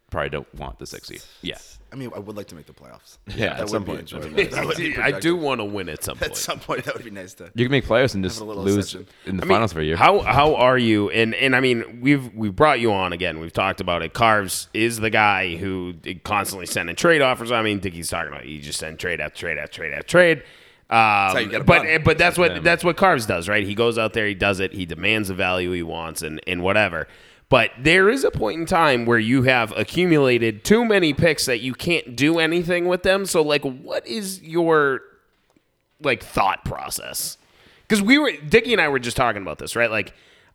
C: probably don't want the sixth seed yeah
H: I mean, I would like to make the playoffs.
D: Yeah, at
H: that
D: some
H: would be
D: point, that'd be
H: enjoyable. That would be
B: I do
H: productive.
B: want to win at some point.
H: At some point, that would be nice to.
C: you can make playoffs and just
H: Having a little
C: lose
H: ascension.
C: in the
B: I mean,
C: finals for a year
B: How how are you? And and I mean, we've we brought you on again. We've talked about it. Carves is the guy who constantly sending trade offers. I mean, Dickie's talking about you just send trade after trade after trade after trade.
H: how you get
B: Um,
H: a
B: but
H: bun.
B: but that's what that's what Carves does, right? He goes out there, he does it, he demands the value he wants, and and whatever. But there is a point in time where you have accumulated too many picks that you can't do anything with them. So like, what is your like thought process. Because we were Dickie and I were just talking about this, right? Like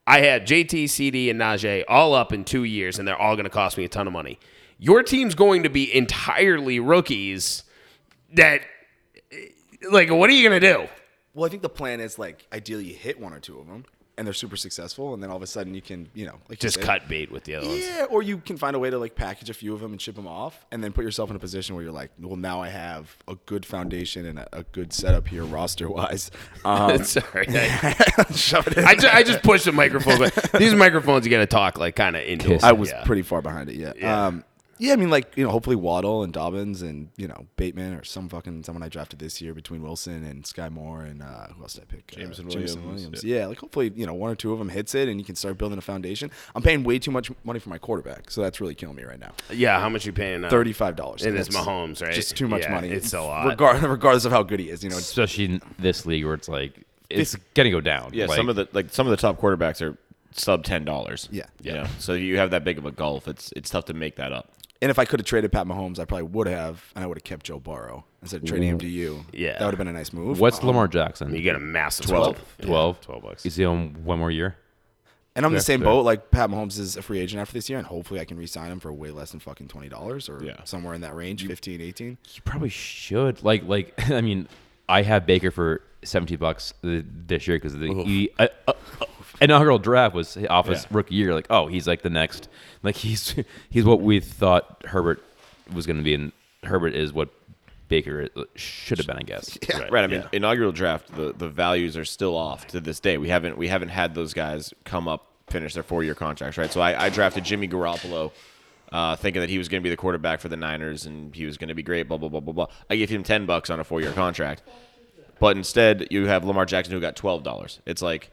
B: I had JT, CD, and Najee all up in two years, and they're all going to cost me a ton of money. Your team's going to be entirely rookies. That like, what are you going to do?
H: Well, I think the plan is like ideally you hit one or two of them, and they're super successful, and then all of a sudden you can, you know, like you
B: Just
H: said,
B: cut bait with the other ones.
H: Yeah, or you can find a way to like package a few of them and ship them off, and then put yourself in a position where you're like, well, now I have a good foundation and a, a good setup here roster wise. Um,
B: Sorry, I,
H: shove it in.
B: I, ju- I just pushed the microphone. But these microphones, you got to talk like kind of into.
C: Kiss.
B: us.
H: I was
B: Yeah.
H: pretty far behind it. Yeah.
B: Yeah.
H: Um, Yeah, I mean, like you know, hopefully Waddle and Dobbins and you know Bateman or some fucking someone I drafted this year between Wilson and Sky Moore and uh, who else did I pick?
D: Jameson
H: uh,
D: Williams,
H: Yeah. like hopefully you know one or two of them hits it and you can start building a foundation. I'm paying way too much money for my quarterback, so that's really killing me right now.
B: Yeah, how much you paying? uh,
H: Thirty-five dollars.
B: And it's Mahomes, right?
H: Just too much
B: Yeah,
H: money.
B: it's a lot.
H: Regardless, regardless of how good he is, you know. it's-
C: especially in this league where it's like it's gonna go down.
D: Yeah, some of the like some of the top quarterbacks are sub ten dollars.
H: Yeah.
D: yeah. So you have that big of a gulf. It's it's tough to make that up.
H: And if I could have traded Pat Mahomes, I probably would have, and I would have kept Joe Burrow instead of trading him to you.
B: Yeah.
H: that would have been a nice move.
C: what's
H: Um,
C: Lamar Jackson?
B: You get a massive
H: 12.
B: Yeah,
C: Twelve.
B: Twelve bucks.
C: Is he on one more year?
H: And I'm in the same
C: fair.
H: boat. Like Pat Mahomes is a free agent after this year, and hopefully I can re-sign him for way less than fucking twenty dollars or
D: Yeah.
H: somewhere in that range, 15, 18.
C: You probably should. Like, like I mean, I have Baker for seventy bucks th- this year because the he, uh, uh, uh, inaugural draft was off his rookie year. Like, oh, he's like the next. Like he's he's what we thought Herbert was going to be, and Herbert is what Baker i- should have been, I guess.
D: Right. I mean, inaugural draft. The the values are still off to this day. We haven't we haven't had those guys come up finish their four year contracts. Right. So I, I drafted Jimmy Garoppolo. Uh, thinking that he was going to be the quarterback for the Niners and he was going to be great, blah blah blah blah blah. I gave him ten bucks on a four-year contract, but instead you have Lamar Jackson who got twelve dollars. It's like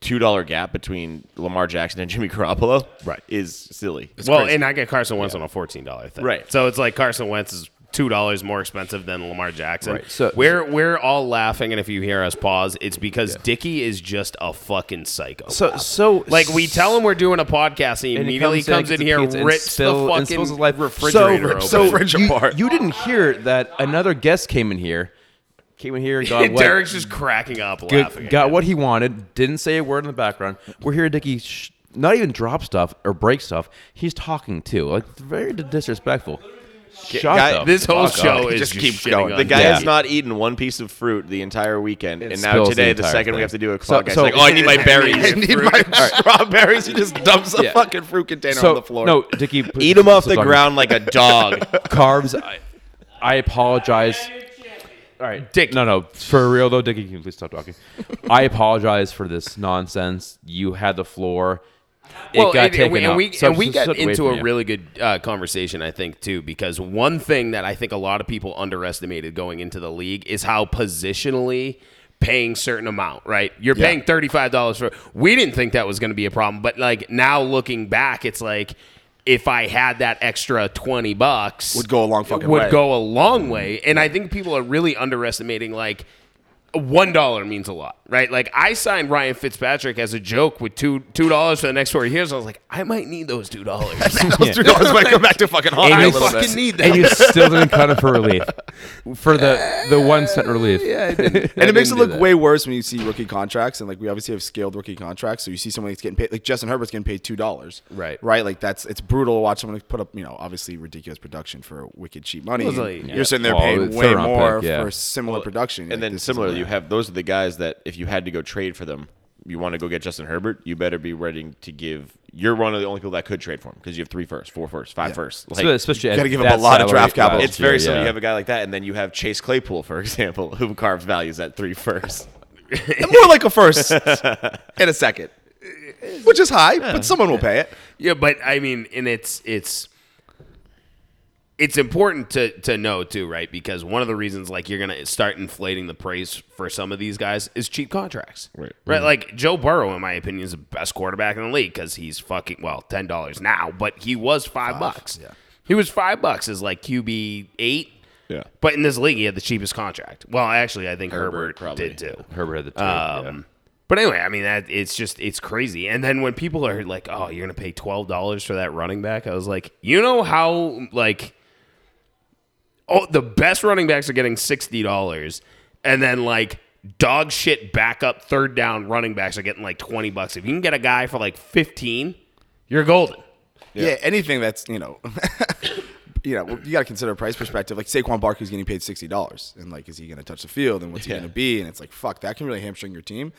D: two dollar gap between Lamar Jackson and Jimmy Garoppolo.
B: Right.
D: is silly.
B: well, and I get Carson Wentz on a fourteen dollar thing.
D: Right.
B: So it's like Carson Wentz is two dollars more expensive than Lamar Jackson.
C: Right, so-
B: we're we're all laughing, and if you hear us pause, it's because Dicky is just a fucking psycho.
C: So, so
B: like we tell him we're doing a podcast, and he
C: And he
B: immediately
C: comes in,
B: comes, in
C: gets a
B: here,
C: pizza and
B: rips
C: spill-
B: the
C: and
B: fucking
C: spills his life.
B: refrigerator
C: so
B: open.
C: you, you didn't hear that another guest came in here, came in here, and got what
B: Derek's just cracking up, laughing.
C: Good, got
B: again.
C: what he wanted. Didn't say a word in the background. We're here, Dickie. Sh- not even drop stuff or break stuff. He's talking too. Like it's very d- disrespectful. Shut
D: guy-
C: the
B: This whole
C: fuck up.
B: show is just,
H: keeps
B: shitting
H: going.
B: on
D: The guy
B: Dicky.
C: Yeah.
D: has not eaten one piece of fruit the entire weekend, and now
C: spills
D: today,
C: the
D: the,
C: entire
D: second we
C: thing.
D: have to do a
C: So-
D: podcast,
C: so-
D: like, oh, I need my berries.
H: I need my strawberries. He just dumps a
C: Yeah.
H: fucking fruit container
C: So
H: on the floor.
C: no, Dickie, please-
D: Eat them off
C: stop
D: the
C: talking.
D: ground like a dog.
C: Carbs. I, I apologize. All right, Dick. No, no, for real though, Dickie, can you please stop talking? I apologize for this nonsense. You had the floor. It
B: well,
C: got
B: and,
C: taken
B: and we,
C: up.
B: and we,
C: So
B: and we
C: just
B: got
C: sit away
B: into
C: from
B: a
C: you.
B: really good uh, conversation, I think, too, because one thing that I think a lot of people underestimated going into the league is how positionally paying certain amount, right? You're paying $35 for we didn't think that was going to be a problem, but like now looking back, it's like if I had that extra 20 bucks
H: Would go a long fucking
B: would
H: way.
B: go a long way, and I think people are really underestimating like one dollar means a lot, right? Like I signed Ryan Fitzpatrick as a joke with two two dollars for the next four years. I was like, I might need those two dollars.
H: Those three dollars might go back to fucking haunt me
B: I
H: a little
B: fucking
H: bit.
B: need
C: and
B: that.
C: you still didn't cut it for relief for the the one cent relief. Uh, Yeah,
H: And it makes it look way worse when you see rookie contracts, and like we obviously have scaled rookie contracts. So you see someone that's getting paid, like Justin Herbert's getting paid two dollars,
B: Right.
H: Right, like that's it's brutal to watch someone put up, you know, obviously ridiculous production for wicked cheap money.
B: was like-
H: You're sitting there
C: Well,
H: paying
C: the
H: way
C: third round
H: more
C: pick, yeah.
H: for similar production, You're
D: and
H: like,
D: then
H: this isn't
D: similarly,
H: right.
D: you have those are the guys that if you had to go trade for them, you want to go get Justin Herbert, you better be ready to give. You're one of the only people that could trade for him because you have three firsts, four firsts, five firsts. Like,
C: especially
H: gotta
C: at
H: give up
C: that
H: a lot of
C: salary
H: draft capital. uh,
C: last
D: it's very
C: year,
D: simple.
C: yeah.
D: You have a guy like that, and then you have Chase Claypool, for example, who carves values at three firsts.
H: more like a first and a second, which is high, but someone will pay it.
B: Yeah, but I mean, and it's it's it's important to to know too, right? Because one of the reasons like you're gonna start inflating the price for some of these guys is cheap contracts, right? Right? Like Joe Burrow, in my opinion, is the best quarterback in the league because he's fucking well ten dollars now, but he was five, bucks.
H: yeah.
B: he was five bucks as like QB eight.
D: Yeah.
B: But in this league, he had the cheapest contract. Well, actually, I think Herbert,
D: Herbert probably.
B: did too.
C: Herbert had the two.
B: Um, But anyway, I mean, that it's just it's crazy. And then when people are like, "Oh, you're gonna pay twelve dollars for that running back," I was like, you know how like, oh, the best running backs are getting sixty dollars, and then like dog shit backup third down running backs are getting like twenty bucks. If you can get a guy for like fifteen, you're golden.
H: Yeah, anything that's you know, you know, you got to consider a price perspective. Like Saquon Barkley's getting paid sixty dollars, and like, is he going to touch the field, and what's he going to be? And it's like, fuck, that can really hamstring your team.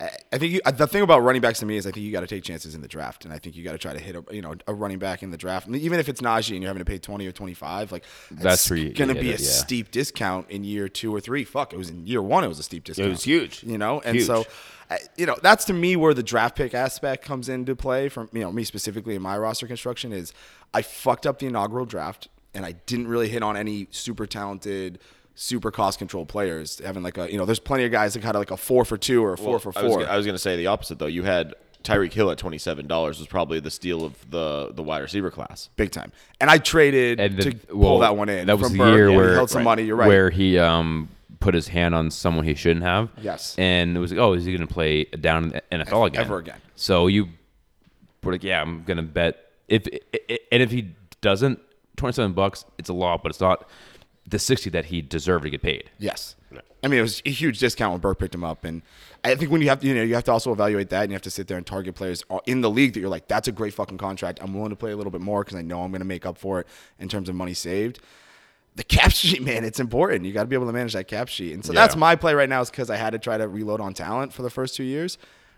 H: I I think you, I- the thing about running backs to me is I think you got to take chances in the draft, and I think you got to try to hit a you know a running back in the draft, and even if it's Najee and you're having to pay twenty or twenty five, like
C: That's
H: it's
C: where you-
H: gonna
C: yeah,
H: be a
C: that- yeah.
H: steep discount in year two or three. Fuck, it was in year one, it was a steep discount.
B: was huge.
H: you know, and
B: Huge.
H: so. I- You know, that's to me where the draft pick aspect comes into play. From you know me specifically in my roster construction is, I fucked up the inaugural draft and I didn't really hit on any super talented, super cost control players. Having like a you know, there's plenty of guys that kind of like a four for two or a four
D: Well,
H: for
D: I was,
H: four.
D: gonna- I was going to say the opposite though. You had Tyreek Hill at twenty seven dollars was probably the steal of the the wide receiver class.
H: big time. And I traded
C: And the-
H: to
C: well,
H: pull that one in.
C: that was
H: from
C: the
H: Burke,
C: year
H: and
C: where-
H: he held some money. You're right.
C: Where he um put his hand on someone he shouldn't have.
H: Yes.
C: And it was like, oh, is he going to play down in the NFL again?
H: Ever again.
C: So you were like, yeah, I'm going to bet if i- i- and if he doesn't, twenty seven bucks, it's a lot, but it's not the sixty that he deserved to get paid.
H: yes, I mean it was a huge discount when Burke picked him up, and I think when you have to, you know, you have to also evaluate that, and you have to sit there and target players in the league that you're like, that's a great fucking contract. I'm willing to play a little bit more because I know I'm going to make up for it in terms of money saved. The cap sheet, man, it's important. You got to be able to manage that cap sheet, and so that's my play right now is because I had to try to reload on talent for the first two years.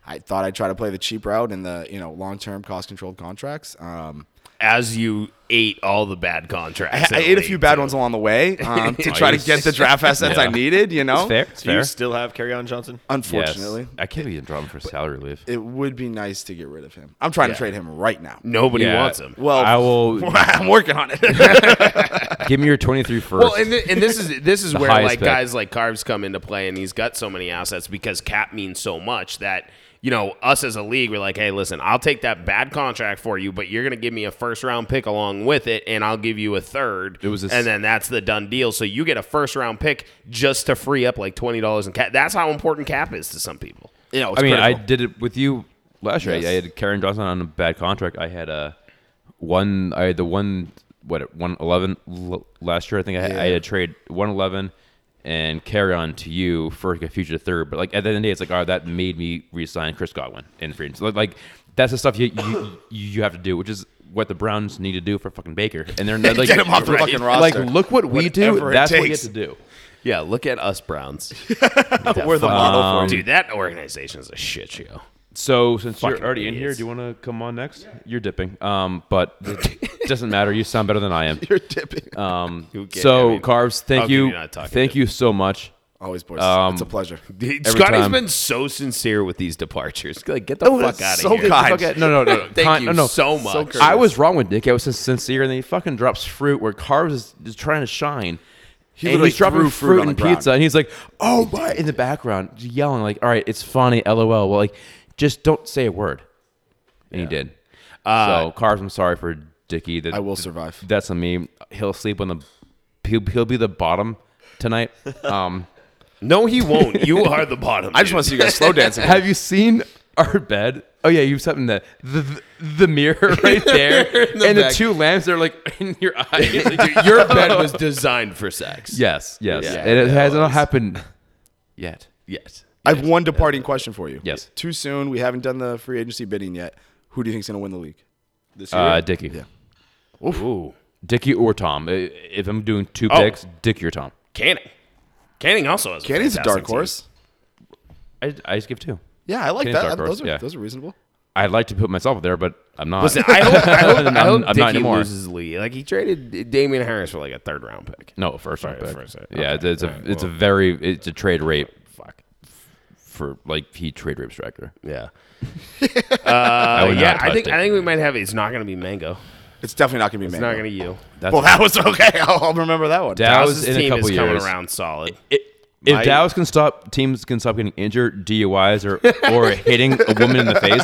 H: I thought I'd try to play the cheap route and the you know long term cost controlled contracts. Um,
B: As you ate all the bad contracts,
H: I, I
B: in the
H: ate a few
B: league,
H: bad
B: too.
H: ones along the way um, to try to
C: Nice.
H: get the draft assets I needed. You know,
C: It's fair. It's
D: Do you
C: fair.
D: still have Carry on Johnson?
C: Yes.
H: unfortunately,
C: I can't be in drama for salary relief.
H: it would be nice to get rid of him. I'm trying to trade him right now.
B: Nobody
C: Yeah.
B: wants him.
H: Well,
C: I will
H: I'm working on it.
C: give me your 23 first.
B: Well, and, thi- and this is this is where
C: highest
B: like
C: pick.
B: guys like Carbs come into play, and he's got so many assets because cap means so much that you know us as a league, we're like, hey, listen, I'll take that bad contract for you, but you're gonna give me a first round pick along with it, and I'll give you a third.
C: It was a s-
B: and then that's the done deal. So you get a first round pick just to free up like twenty dollars in cap. That's how important cap is to some people.
H: you know, it's
C: I mean, I
H: critical.
C: did it with you last year. I- I
H: Yes.
C: had Karen Johnson on a bad contract. I had a one. I had the one. What one eleven last year? I think I, had I had a trade one eleven and carry on to you for like a future third. But like at the end of the day, it's like, all right, that made me resign Chris Godwin in free agency. Like, like that's the stuff you, you you have to do, which is what the Browns need to do for fucking Baker. And they're like,
H: Get him off the fucking
C: like
H: roster.
C: look what we
H: Whatever
C: do.
H: it
C: That's what you have
H: takes.
C: to do.
B: Yeah, look at us Browns.
H: we're the model for it.
B: Dude, that organization is a shit show.
C: So since you're
B: Fucking
C: already in here,
B: idiots.
C: do you want to come on next? You're dipping. Um, but it doesn't matter. You sound better than I am.
H: You're dipping.
C: Um,
B: You get- I
C: so
B: mean,
C: carbs, thank
B: okay,
C: you,
B: you're not talking
C: thank
B: to-
C: you so much.
H: Always, boys. it's
C: Um,
H: a pleasure.
B: Dude,
C: Every
B: Scotty's
C: time.
B: been so sincere with these departures. Like, get the fuck out of
H: so
B: here.
H: kind.
C: Fuck it. No, no, no, no.
B: Thank
C: Con-
B: you
C: no, no.
B: so much.
C: I was wrong with Nick. I was sin- sincere, and then he fucking drops fruit where carbs is, is trying to shine. He and
H: literally
C: he's dropping
H: threw
C: fruit,
H: fruit on the
C: and
H: ground.
C: pizza, and he's like, "Oh my!" In the background, just yelling like, "All right, it's funny, lol." Well, like, just don't say a word. And he did. so carbs, I'm sorry for Dickie. That
H: I will survive.
C: That's on me. He'll sleep on the. He'll, he'll be the bottom tonight. Um,
B: no, he won't. You are the bottom.
H: I just want to see you guys slow dancing.
C: have you seen our bed? Oh yeah, you've something that the the mirror right there,
B: the
C: and the
B: back.
C: two lamps are like in your eyes.
B: Your bed was designed for sex.
C: Yes, yes.
B: Yeah,
C: and it
B: yeah,
C: has
B: it
C: not
B: was.
C: happened yet.
B: Yes.
H: I have one departing question for you.
C: Yes.
H: Too soon. We haven't done the free agency bidding yet. Who do you think's going to win the league?
D: This year?
C: Uh, Dickie.
B: Ooh.
C: Dickie or Tom. I- If I'm doing two
B: Oh.
C: picks, Dickie or Tom.
B: Canning. Canning also has.
H: Canning's a
B: fantastic
H: dark
B: team.
H: horse.
C: I, I just give two.
H: Yeah, I like
C: Canning's
H: that.
C: dark
H: I-
C: horse,
H: those, are,
C: yeah.
H: those are reasonable.
C: I'd like to put myself up there, but I'm not.
B: Listen, I hope, I hope, I hope
C: I'm not
B: Dickey
C: anymore.
B: loses Lee. Like he traded Damian Harris for like a third round pick.
C: no, first round
B: Sorry,
C: pick.
B: first round.
C: Yeah,
B: Okay,
C: it's a
B: all right,
C: it's a
B: well.
C: very it's a trade rape. Fuck. For like he trade rape striker.
B: Yeah.
C: I
H: Oh,
B: yeah. I
C: would not touch
B: think I
C: Dickey.
B: think we might have. It's not going to be Mango.
H: It's definitely not going to be
B: It's
H: man.
B: not going to be you.
C: That's
H: well, that was okay. I'll, I'll remember that one.
C: Dow's
B: Dallas's
C: in a
B: team
C: couple
B: is
C: years.
B: coming around solid.
C: I- if
D: My-
C: Dallas can stop teams can stop getting injured, DUIs, or or hitting a woman in the face,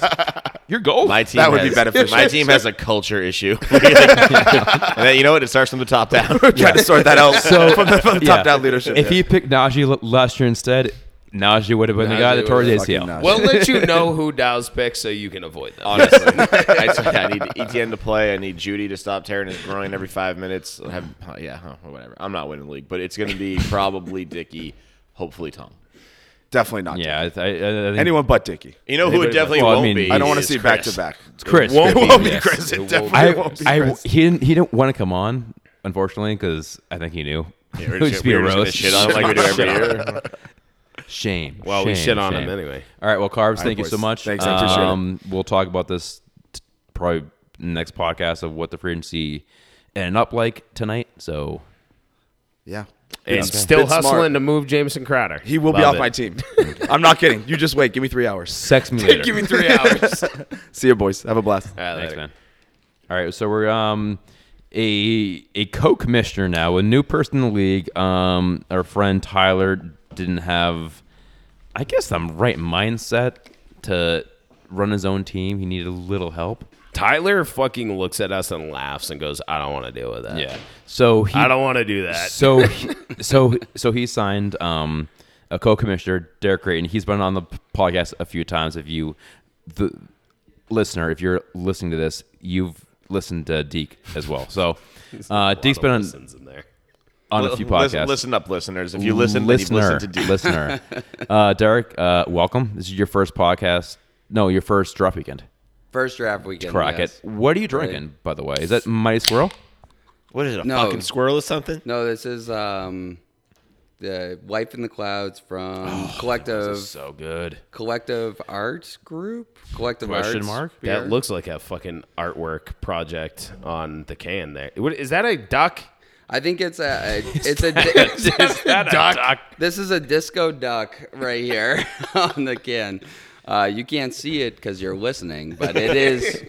C: you're gold.
D: My team
H: That would
D: has,
H: be beneficial.
D: My team has a culture issue. Really. and then, you know what? It starts from the top down.
H: Trying to sort that out
C: So-
H: from the, from the
C: Yeah.
H: top down leadership.
C: If
H: yeah.
C: he picked Najee l- last year instead, Najee would have been the guy that tore
H: would've
C: his
H: fucking
C: ACL.
H: Najee.
B: We'll let you know who Dow's picks so you can avoid them.
D: Honestly, I, just- I need ETN to play. I need Judy to stop tearing his groin every five minutes. I Have, huh, yeah, huh, whatever. I'm not winning the league, but it's going to be probably Dickey, hopefully Tom.
H: definitely not.
C: Yeah, I, I, I think
H: Anyone but Dickie.
D: You know who it definitely
C: Well, I
D: won't
C: mean,
D: be.
H: I don't want to
D: is
H: see back to
D: Chris.
H: back.
C: It's Chris.
H: Won't,
C: Griffey.
H: won't be Chris. It definitely
C: I,
H: won't be
C: I-
H: Chris.
C: he didn't he didn't want to come on, unfortunately, because I think he knew.
D: Yeah, we're
C: It would just
D: just, gonna-
C: be a
D: we're just gonna
C: roast.
D: shit on him like we do every year.
C: Shame.
B: Well, we
C: shame,
B: shit on
C: shame.
B: him anyway.
C: All right. Well, Carbs, thank you
H: boys.
C: so much. Um,
H: Thanks, I appreciate it.
C: We'll talk about this t- probably next podcast of what the free agency ended up like tonight. So
H: Yeah.
B: And
H: Been-
B: still
H: been smart.
B: hustling to move Jameson Crowder.
H: He will be
B: Love
H: off
B: it.
H: my team. I'm not kidding. You just wait. Give me three hours.
C: sex me later.
H: Give me three hours. See you, boys. Have a blast.
B: All right,
C: Thanks,
B: later.
C: man. All right, so we're um a a co-commissioner now, a new person in the league. Um, our friend Tyler didn't have, I guess, the right mindset to run his own team. He needed a little help.
B: Tyler fucking looks at us and laughs and goes, "I don't want to deal with that.
C: So he
B: I don't want to do that."
C: so he- so so he signed um, a co-commissioner Derek Creighton. He's been on the p- podcast a few times. If you the listener, if you're listening to this, you've listened to Deke as well. So uh, Deke's been on,
B: Listens in there.
C: on a few podcasts.
D: Listen, listen up, listeners. If you listen, then you've
C: listener,
D: listened to Deep.
C: listener, uh, Derek, uh, welcome. This is your first podcast. No, your first drop weekend.
F: First draft weekend.
C: Crockett,
F: yes.
C: what are you drinking, by the way? Is that Mighty Squirrel?
D: What is it? A
F: No.
D: fucking squirrel or something?
F: No, this is um, the Wife in the Clouds from
A: Oh,
F: Collective
C: So good.
F: Collective Arts Group. Collective
C: Question
F: Arts.
C: mark?
F: Beer.
B: That looks like a fucking artwork project on the can there. What, is that a duck?
F: I think it's a, a- it's a, di-
B: duck.
F: this is a disco duck right here on the can. Uh, you can't see it because you're listening, but it is.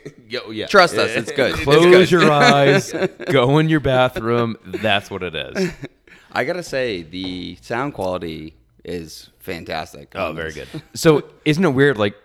F: Trust us, it's good. It's
C: Close
F: good.
C: your eyes. go in your bathroom. That's what it is.
F: I gotta say the sound quality is fantastic.
B: Oh, very good.
C: So isn't it weird? Like,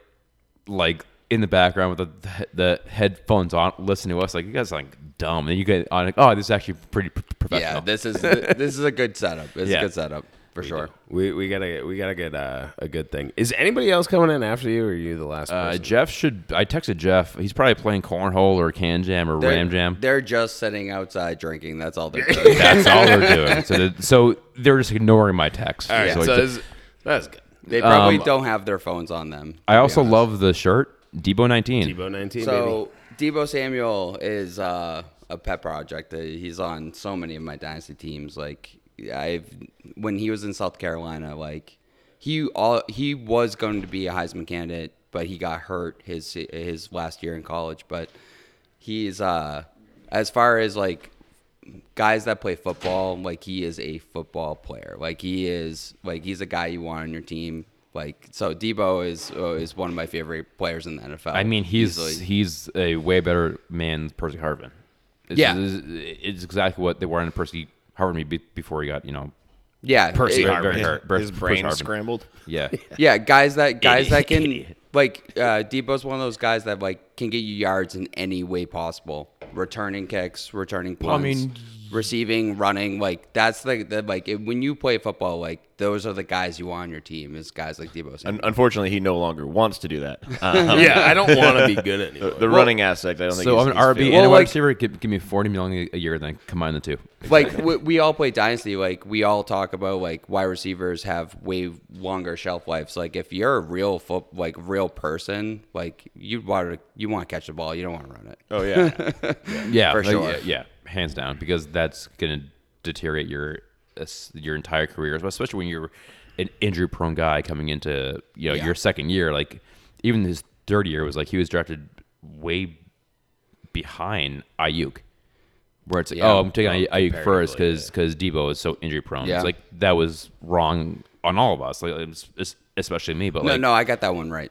C: like in the background with the the headphones on, listening to us. Like you guys sound like dumb, and you get on. Like, oh, this is actually pretty p- professional.
F: Yeah, this is this is a good setup. It's
C: Yeah.
F: a good setup for sure.
B: We we gotta we gotta get uh, a good thing. Is anybody else coming in after you, or are you the last
C: uh,
B: person?
C: Jeff should. I texted Jeff. He's probably playing cornhole or can jam or
F: They're-
C: ram jam.
F: They're just sitting outside drinking. That's all they're doing.
C: That's all they're doing. So, the, so they're just ignoring my text.
B: All right,
C: So I
B: so
C: te-
B: is- that's good.
F: They
C: Um,
F: probably don't have their phones on them.
C: I also love the shirt, Debo nineteen.
B: Debo nineteen. baby.
F: So Debo Samuel is uh, a pet project. Uh, He's on so many of my dynasty teams. Like I've when he was in South Carolina, like he all he was going to be a Heisman candidate, but he got hurt his his last year in college. But he's uh, as far as like guys that play football, like he is a football player. Like he is like he's a guy you want on your team. Like so, Debo is uh, is one of my favorite players in the NFL.
C: I mean, he's
F: easily.
C: he's a way better man than Percy Harvin. It's,
F: Yeah.
C: it's, it's exactly what they wanted Percy Harvin to be before he got you know
F: Yeah,
B: Percy
F: it-
B: Harvin.
C: very hurt.
D: His brain
C: Harvin.
D: scrambled.
C: Yeah,
F: Yeah, guys that guys that can
B: Idiot.
F: like uh, Debo's one of those guys that like can get you yards in any way possible, returning kicks, returning punts,
C: mean,
F: receiving, running. Like that's like the like it, when you play football, like those are the guys you want on your team. Is guys like Debo. Samuel.
D: Un- unfortunately, he no longer wants to do that. Um,
B: yeah, I don't want to be good
D: the
B: anymore.
D: running aspect, I don't think.
C: so
D: he's-
C: I'm an
D: he's
C: RB
D: feeling.
C: and a
F: Well,
C: wide
F: like-
C: receiver. Give, give me forty million a year, then combine the two.
F: like we, we all play dynasty like we all talk about like why receivers have way longer shelf lives like if you're a real foot like real person like you want to you want to catch the ball you don't want to run it
D: Oh yeah,
C: Yeah,
F: For
C: like,
F: sure.
C: yeah, yeah, hands down, because that's gonna deteriorate your es- your entire career, especially when you're an injury prone guy coming into you know your second year. Like even his third year was like he was drafted way behind Ayuk, where it's like, oh, I'm taking Ay- Ayuk first because Debo is so injury prone.
F: Yeah.
C: It's like that was wrong on all of us, like it's, it's, especially me. But
F: no
C: like,
F: no i got that one right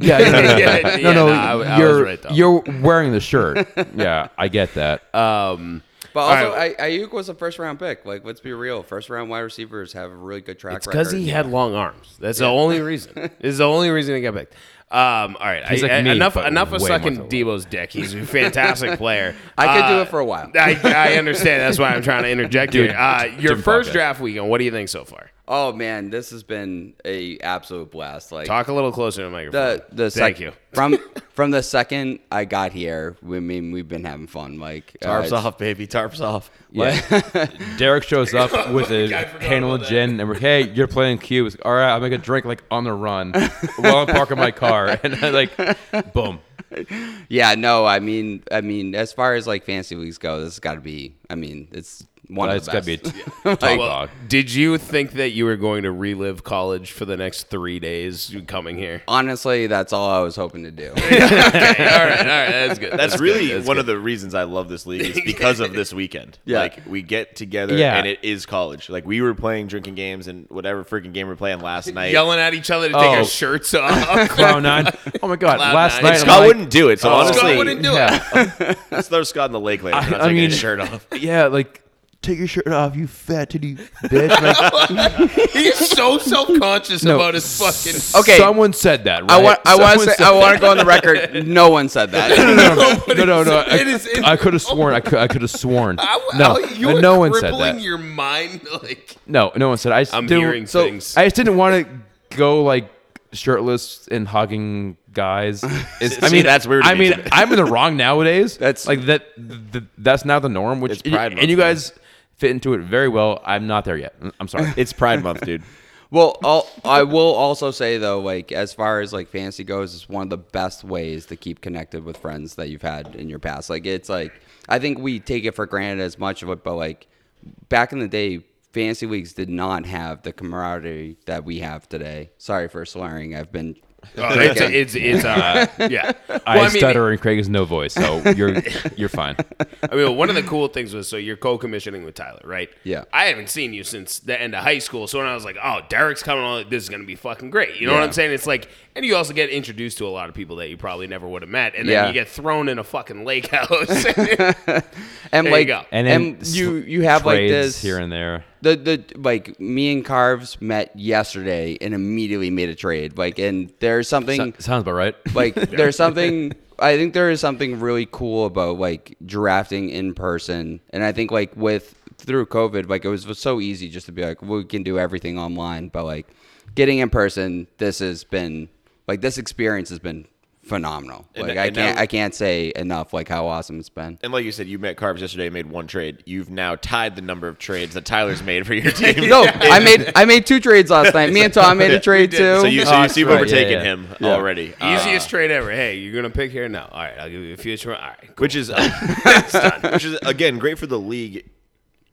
C: yeah, no, no, no,
B: Yeah,
C: no,
B: yeah,
C: no,
B: no, I w- I was
C: you're
B: right, though.
C: you're wearing the shirt. yeah, I get that.
B: Um,
F: but
B: All
F: also
B: right.
F: I, Ayuk was a first round pick like let's be real first round wide receivers have a really good track
B: it's
F: record
B: because he had long arms. That's the only reason. This is the only reason he got picked. Um, all right,
C: He's
B: I-
C: like
B: I-
C: me,
B: enough
C: but
B: enough of
C: way more
B: sucking
C: tall.
B: Debo's dick. He's a fantastic player.
F: I could do
B: Uh,
F: it for a while.
B: I, I understand. That's why I'm trying to interject here. Uh, your
C: Jim
B: first
C: Crockett.
B: draft weekend. What do you think so far?
F: oh man this has been a absolute blast like
B: Talk a little closer to the microphone.
F: the the
B: Thank
F: sec-
B: you.
F: from from the second I got here. We I mean we've been having fun. Like uh,
D: tarps
F: it's-
D: off, baby, tarps off.
C: Derek shows up with a handle of gin, and we're hey, you're playing Q. It's like, All right, I'm gonna drink like on the run while I'm parking my car, and I like, boom.
F: Yeah, no, I mean, I mean, as far as like fantasy leagues go, this has got to be. I mean, it's one
C: That's
F: of
C: gotta
F: the
C: be
F: best.
C: a top
F: Like,
C: dog.
B: Did you think that you were going to relive college for the next three days coming here?
F: honestly, that's all I was hoping to do.
B: all right, all right, that's good.
D: That's, really one of the reasons I love this league. It's because of this weekend.
F: Yeah.
D: Like we get together
C: Yeah.
D: and it is college. Like we were playing drinking games and whatever freaking game we were playing last night.
B: yelling at each other to take
C: Oh.
B: our shirts off.
C: Clown nine. Oh my god!
B: Cloud
C: last
B: nine.
C: night, I'm
D: Scott
C: like-
D: wouldn't do it. So honestly,
B: Oh. Scott wouldn't do it.
D: let's throw Scott in the lake later. I, not
C: I
D: taking
C: mean-
D: his shirt off.
C: yeah, like take your shirt off, you fat titty bitch. Like,
B: He's so self conscious about his fucking.
F: Okay.
C: someone said that. Right?
F: I want. I want
C: Someone
F: to. Say,
C: said
F: I want to go on the record. No one said that.
C: that. No, no, no. I,
B: It is- it-
C: I could have sworn. I could. I could have sworn.
B: I-
C: no,
B: I- you were
C: no one said
B: crippling
C: that.
B: your mind. Like
C: no, no one said. I just
B: I'm
C: didn't-
B: hearing
C: so,
B: things.
C: I just didn't want to go like shirtless and hugging guys. It's, I
D: See,
C: mean,
D: that's weird to
C: I
D: me
C: mean,
D: too.
C: I'm in the wrong nowadays.
F: That's-
C: like that. th that's now the norm. Which
D: It's Pride
C: and,
D: Month,
C: you
D: man.
C: guys fit into it very well. I'm not there yet. I'm sorry.
D: It's Pride Month, dude.
F: well, I'll, I will also say though, like as far as like fantasy goes, it's one of the best ways to keep connected with friends that you've had in your past. Like it's like I think we take it for granted as much of it, but like back in the day. Fantasy leagues did not have the camaraderie that we have today. Sorry for slurring. I've been
B: oh, it's it's, it's uh, yeah. Well,
C: I,
B: mean,
C: stutter and Craig has no voice, so you're you're fine.
B: I mean, one of the cool things was so you're co-commissioning with Tyler, right?
F: Yeah.
B: I haven't seen you since the end of high school, so when I was like, "Oh, Derek's coming on, this is gonna be fucking great," you know what I'm saying? It's like, and you also get introduced to a lot of people that you probably never would have met, and then
F: Yeah.
B: you get thrown in a fucking lake house.
F: and
B: There you
F: like
B: go.
F: and, you you have like this
C: here and there.
F: the the like me and Carves met yesterday and immediately made a trade. Like and there's something
C: sounds about right.
F: like there's something I think there is something really cool about like drafting in person. And I think like with through COVID, like it was so easy just to be like, we can do everything online, but like getting in person, this has been like this experience has been phenomenal.
D: And-
F: Like I
D: and
F: can't
D: now-
F: I can't say enough like how awesome it's been.
D: And like you said, you met Carves yesterday and made one trade. You've now tied the number of trades that Tyler's made for your team.
F: No, oh, I made I made two trades last night. Me and Tom made a trade too.
D: So you, so
C: Oh,
D: you see you've
C: that's right.
D: overtaken
C: Yeah, yeah.
D: him already. Uh,
B: Easiest trade ever. Hey, you're gonna pick here now. All right, I'll give you a future. All right,
D: which is uh, which is again great for the league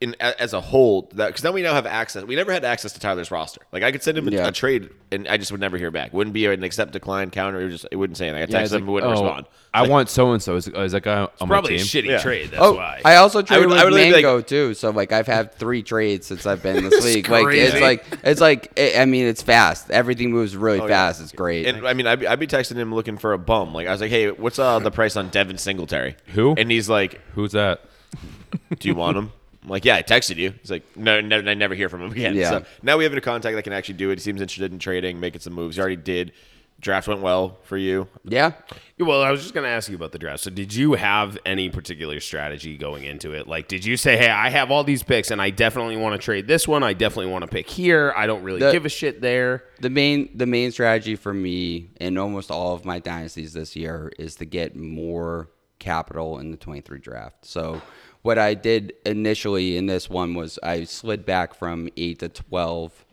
D: in a- as a whole that because now we now have access we never had access to tyler's roster like i could send him a-
F: Yeah.
D: a trade and i just would never hear back wouldn't be an accept decline counter it, would just, it wouldn't say anything i
C: it's
D: texted him
C: like,
D: it wouldn't
C: oh,
D: respond
C: I want so and so. Is is that guy on
B: probably
C: my
B: a
C: team?
B: shitty
D: Yeah.
B: trade. That's why.
F: Oh, I also traded
D: would-
F: with
D: I would like, like-
F: Mango too, so like I've had three trades since I've been in this league. Like
B: crazy.
F: it's like it's like i I mean it's fast. Everything moves really
D: Oh, yeah.
F: fast. It's great.
D: and I mean, I'd be, I'd be texting him looking for a bum. Like I was like, "Hey, what's uh, the price on Devin Singletary?"
C: Who?
D: And he's like,
C: Who's that?
D: "Do you want him?" I'm like, "Yeah, I texted you." He's like, "No, no, I never hear from him again."
F: Yeah.
D: So now we have a contact that can actually do it. He seems interested in trading, making some moves. He already did. Draft went well for you.
F: yeah,
B: Well, I was just going to ask you about the draft. So, did you have any particular strategy going into it? Like, did you say, "Hey, I have all these picks, and I definitely want to trade this one. I definitely want to pick here. I don't really
F: The-
B: give a shit there."
F: the main the main strategy for me in almost all of my dynasties this year is to get more capital in the 23 draft. So what I did initially in this one was I slid back from 8 to 12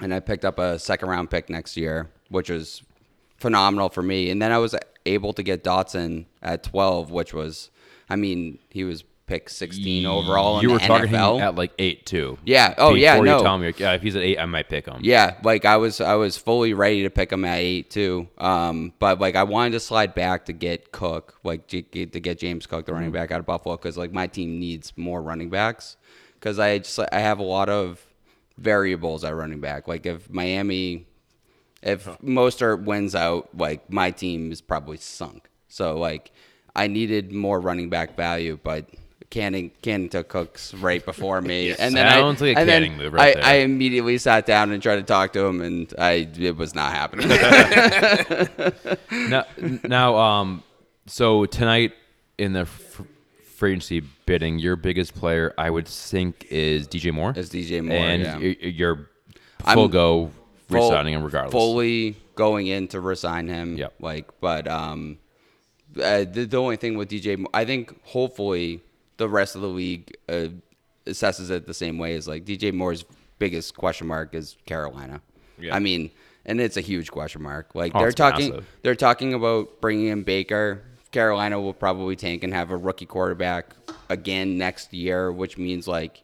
F: and I picked up a second round pick next year, which was phenomenal for me. And then I was able to get Dotson at 12, which was, I mean, he was pick 16 overall. in
C: you
F: the
C: were talking
F: NFL.
C: at like eight too.
F: Yeah. Oh, yeah,
C: Before
F: no.
C: you tell me, like, yeah, if he's at eight, I might pick him.
F: Yeah, like I was I was fully ready to pick him at eight too. Um, but like I wanted to slide back to get Cook, like to get, to get James Cook, the running back out of Buffalo, because like my team needs more running backs. Because I just I have a lot of variables at running back. Like if Miami, if Mostert wins out, like my team is probably sunk. So like I needed more running back value, but. Canning, Canning took Cooks right before me, and then I,
C: Sounds like a
F: and then
C: Canning move right
F: I,
C: there.
F: I immediately sat down and tried to talk to him, and I it was not happening.
C: now, now, um, so tonight in the fr- free agency bidding, your biggest player, I would think, is DJ Moore.
F: Is DJ Moore,
C: and
F: yeah.
C: y- y- you're
F: I'm
C: full go
F: Full-
C: resigning him regardless.
F: Fully going in to resign him.
C: Yep.
F: Like, but um, uh, the, the only thing with DJ, Mo- I think hopefully the rest of the league uh, assesses it the same way. Is like DJ Moore's biggest question mark is Carolina. I mean, and it's a huge question mark. Like
C: Oh,
F: they're
C: it's
F: talking,
C: massive.
F: they're talking about bringing in Baker Carolina will probably tank and have a rookie quarterback again next year, which means like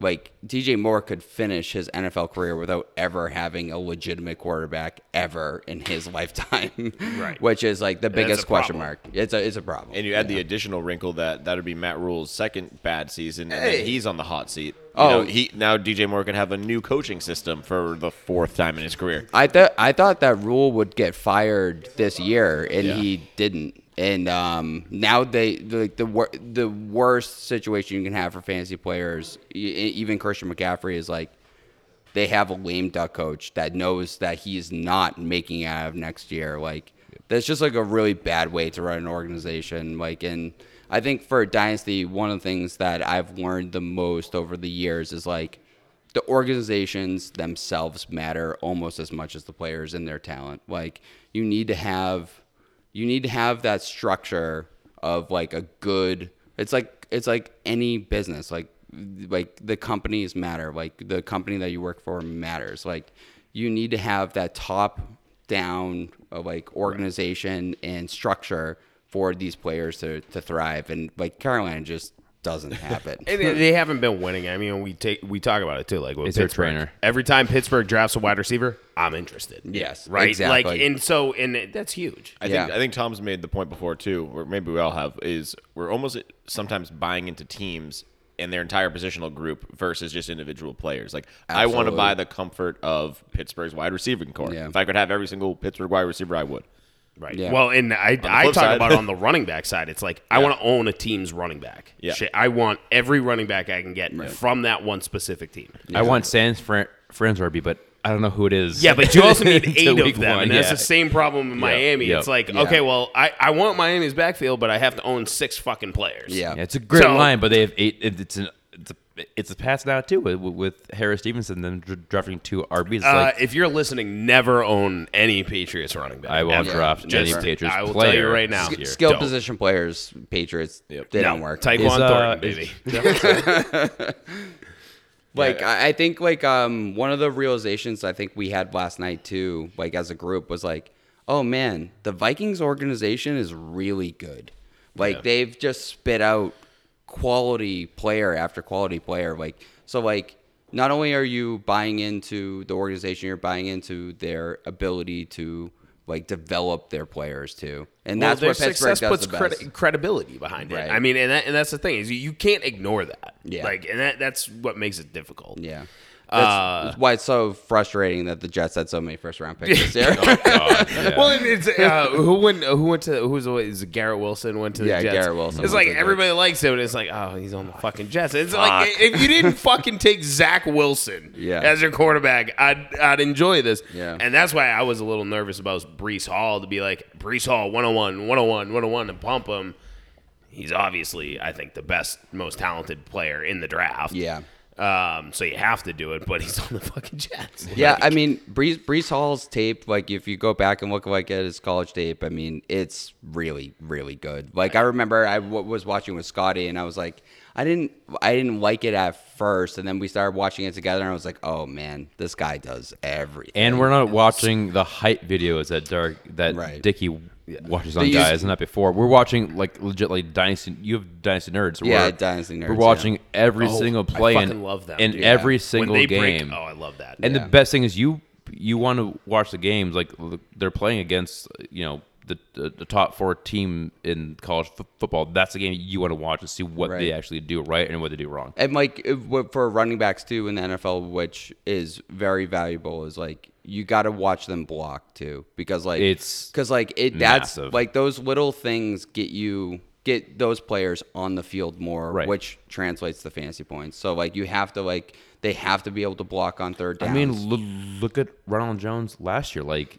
F: like DJ Moore could finish his NFL career without ever having a legitimate quarterback ever in his lifetime. Right. Which is like the biggest question mark. It's a it's a problem.
D: And you add the additional wrinkle that that would be Matt Rule's second bad season, and then he's on the hot seat. You
F: Oh.
D: know, he now DJ Moore could have a new coaching system for the fourth time in his career.
F: I thought I thought that Rule would get fired this year, and he didn't. And um, now they like the wor- the worst situation you can have for fantasy players. e- e- Even Christian McCaffrey is like they have a lame duck coach that knows that he is not making it out of next year. Like that's just like a really bad way to run an organization. Like and I think for dynasty, one of the things that I've learned the most over the years is like the organizations themselves matter almost as much as the players and their talent. Like you need to have you need to have that structure of like a good it's like it's like any business like like the companies matter like the company that you work for matters like you need to have that top down uh, like organization and structure for these players to, to thrive and like carolina just doesn't have
B: And
F: it
B: they, they haven't been winning. I mean, we take we talk about it too. Like with
C: It's their
B: Pittsburgh.
C: trainer.
B: Every time Pittsburgh drafts a wide receiver, I'm interested.
F: Yes,
B: right. Like
F: exactly.
B: and so and it- that's huge.
D: I think
F: Yeah.
D: I think Tom's made the point before too, or maybe we all have, is we're almost sometimes buying into teams and their entire positional group versus just individual players. Like I want to
F: Absolutely.
D: buy the comfort of Pittsburgh's wide receiving core.
F: Yeah.
D: If I could have every single Pittsburgh wide receiver, I would.
B: Right.
F: Yeah.
B: Well, and I, I talk
D: flip side.
B: about on the running back side. It's like I want to own a team's running back.
D: Yeah.
B: Shit, I want every running back I can get from that one specific team.
C: I want Sans Fran- Fransworthy, but I don't know who it is.
B: Yeah, but you also need
C: Until
B: eight
C: week
B: of them,
C: one,
B: and that's
C: yeah.
B: the same problem in Miami.
C: yeah.
B: It's like
F: Yeah.
B: okay, well, I, I want Miami's backfield, but I have to own six fucking players.
F: yeah
C: Yeah, it's a great
B: So-
C: line, but they have eight. It, it's an it's a, it's a pass now too with, with Harris Stevenson then dr- drafting two RBs. It's
B: Uh,
C: like
B: if you're listening, never own any Patriots running back.
C: I will
B: Ever.
C: draft any
B: Just-
C: Patriots
B: I will
C: player.
B: tell you right now.
F: Sk-
B: here.
F: skill
B: Don't.
F: position players patriots they
B: No,
F: don't work
B: Tyquan
C: Is, uh,
B: Thornton,
C: is-
B: baby.
F: Like I, I think like um one of the realizations I think we had last night too, like as a group, was like, oh man, the Vikings organization is really good. Like they've just spit out quality player after quality player. Like so like not only are you buying into the organization, you're buying into their ability to like develop their players too. And that's
B: their
F: what Pittsburgh
B: success
F: does
B: puts
F: the best.
B: credi- credibility behind
F: Right.
B: it. I mean, and, that, and that's the thing is you, you can't ignore that.
F: Yeah.
B: Like, and that, that's what makes it difficult. Uh,
F: yeah. That's,
C: Uh,
F: that's why it's so frustrating that the Jets had so many first round picks this year.
B: Well, and it's uh, who went who went to who's the is it Garrett Wilson went to the
F: Yeah,
B: Jets.
F: Garrett Wilson
B: It's like
F: went to the
B: everybody likes him, and it's like oh, he's on the fucking Jets. It's like if you didn't fucking take Zach Wilson
F: Yeah.
B: as your quarterback, I'd I'd enjoy this.
F: Yeah.
B: and that's why I was a little nervous about Brees Hall to be like Brees Hall 101, 101, 101, and pump him. He's obviously, I think, the best, most talented player in the draft.
F: Yeah.
B: Um, so you have to do it, but he's on the fucking Jets.
F: Yeah, I mean, Brees, Brees Hall's tape, like, if you go back and look like at his college tape, I mean, it's really, really good. Like, I remember I w- was watching with Scotty, and I was like, I didn't, I didn't like it at first, and then we started watching it together, and I was like, oh man, this guy does everything.
C: and we're not watching the hype videos that Dark that
F: Right.
C: Dicky watches on
F: They use-
C: guys and not before. We're watching like legit like dynasty. You have dynasty nerds.
F: Yeah,
C: where
F: Dynasty Nerds,
C: We're
F: yeah.
C: watching every
B: Oh,
C: single
B: I
C: play
B: fucking
C: in,
B: love them,
C: in
B: dude.
C: every
B: When
C: single
B: they break-
C: game.
B: oh, I love that.
C: And the best thing is you you want to watch the games like l- they're playing against you know the the, the top four team in college f- football. That's the game you want to watch and see what they
F: Right.
C: actually do right and what they do wrong.
F: And like if- what- for running backs too in the NFL, which is very valuable, is like you got to watch them block too because like
C: It's
F: because like it that's
C: massive.
F: like those little things get you get those players on the field more,
C: Right.
F: which translates to fantasy points. So like you have to like they have to be able to block on third down.
C: I mean, l- look at Ronald Jones last year. Like,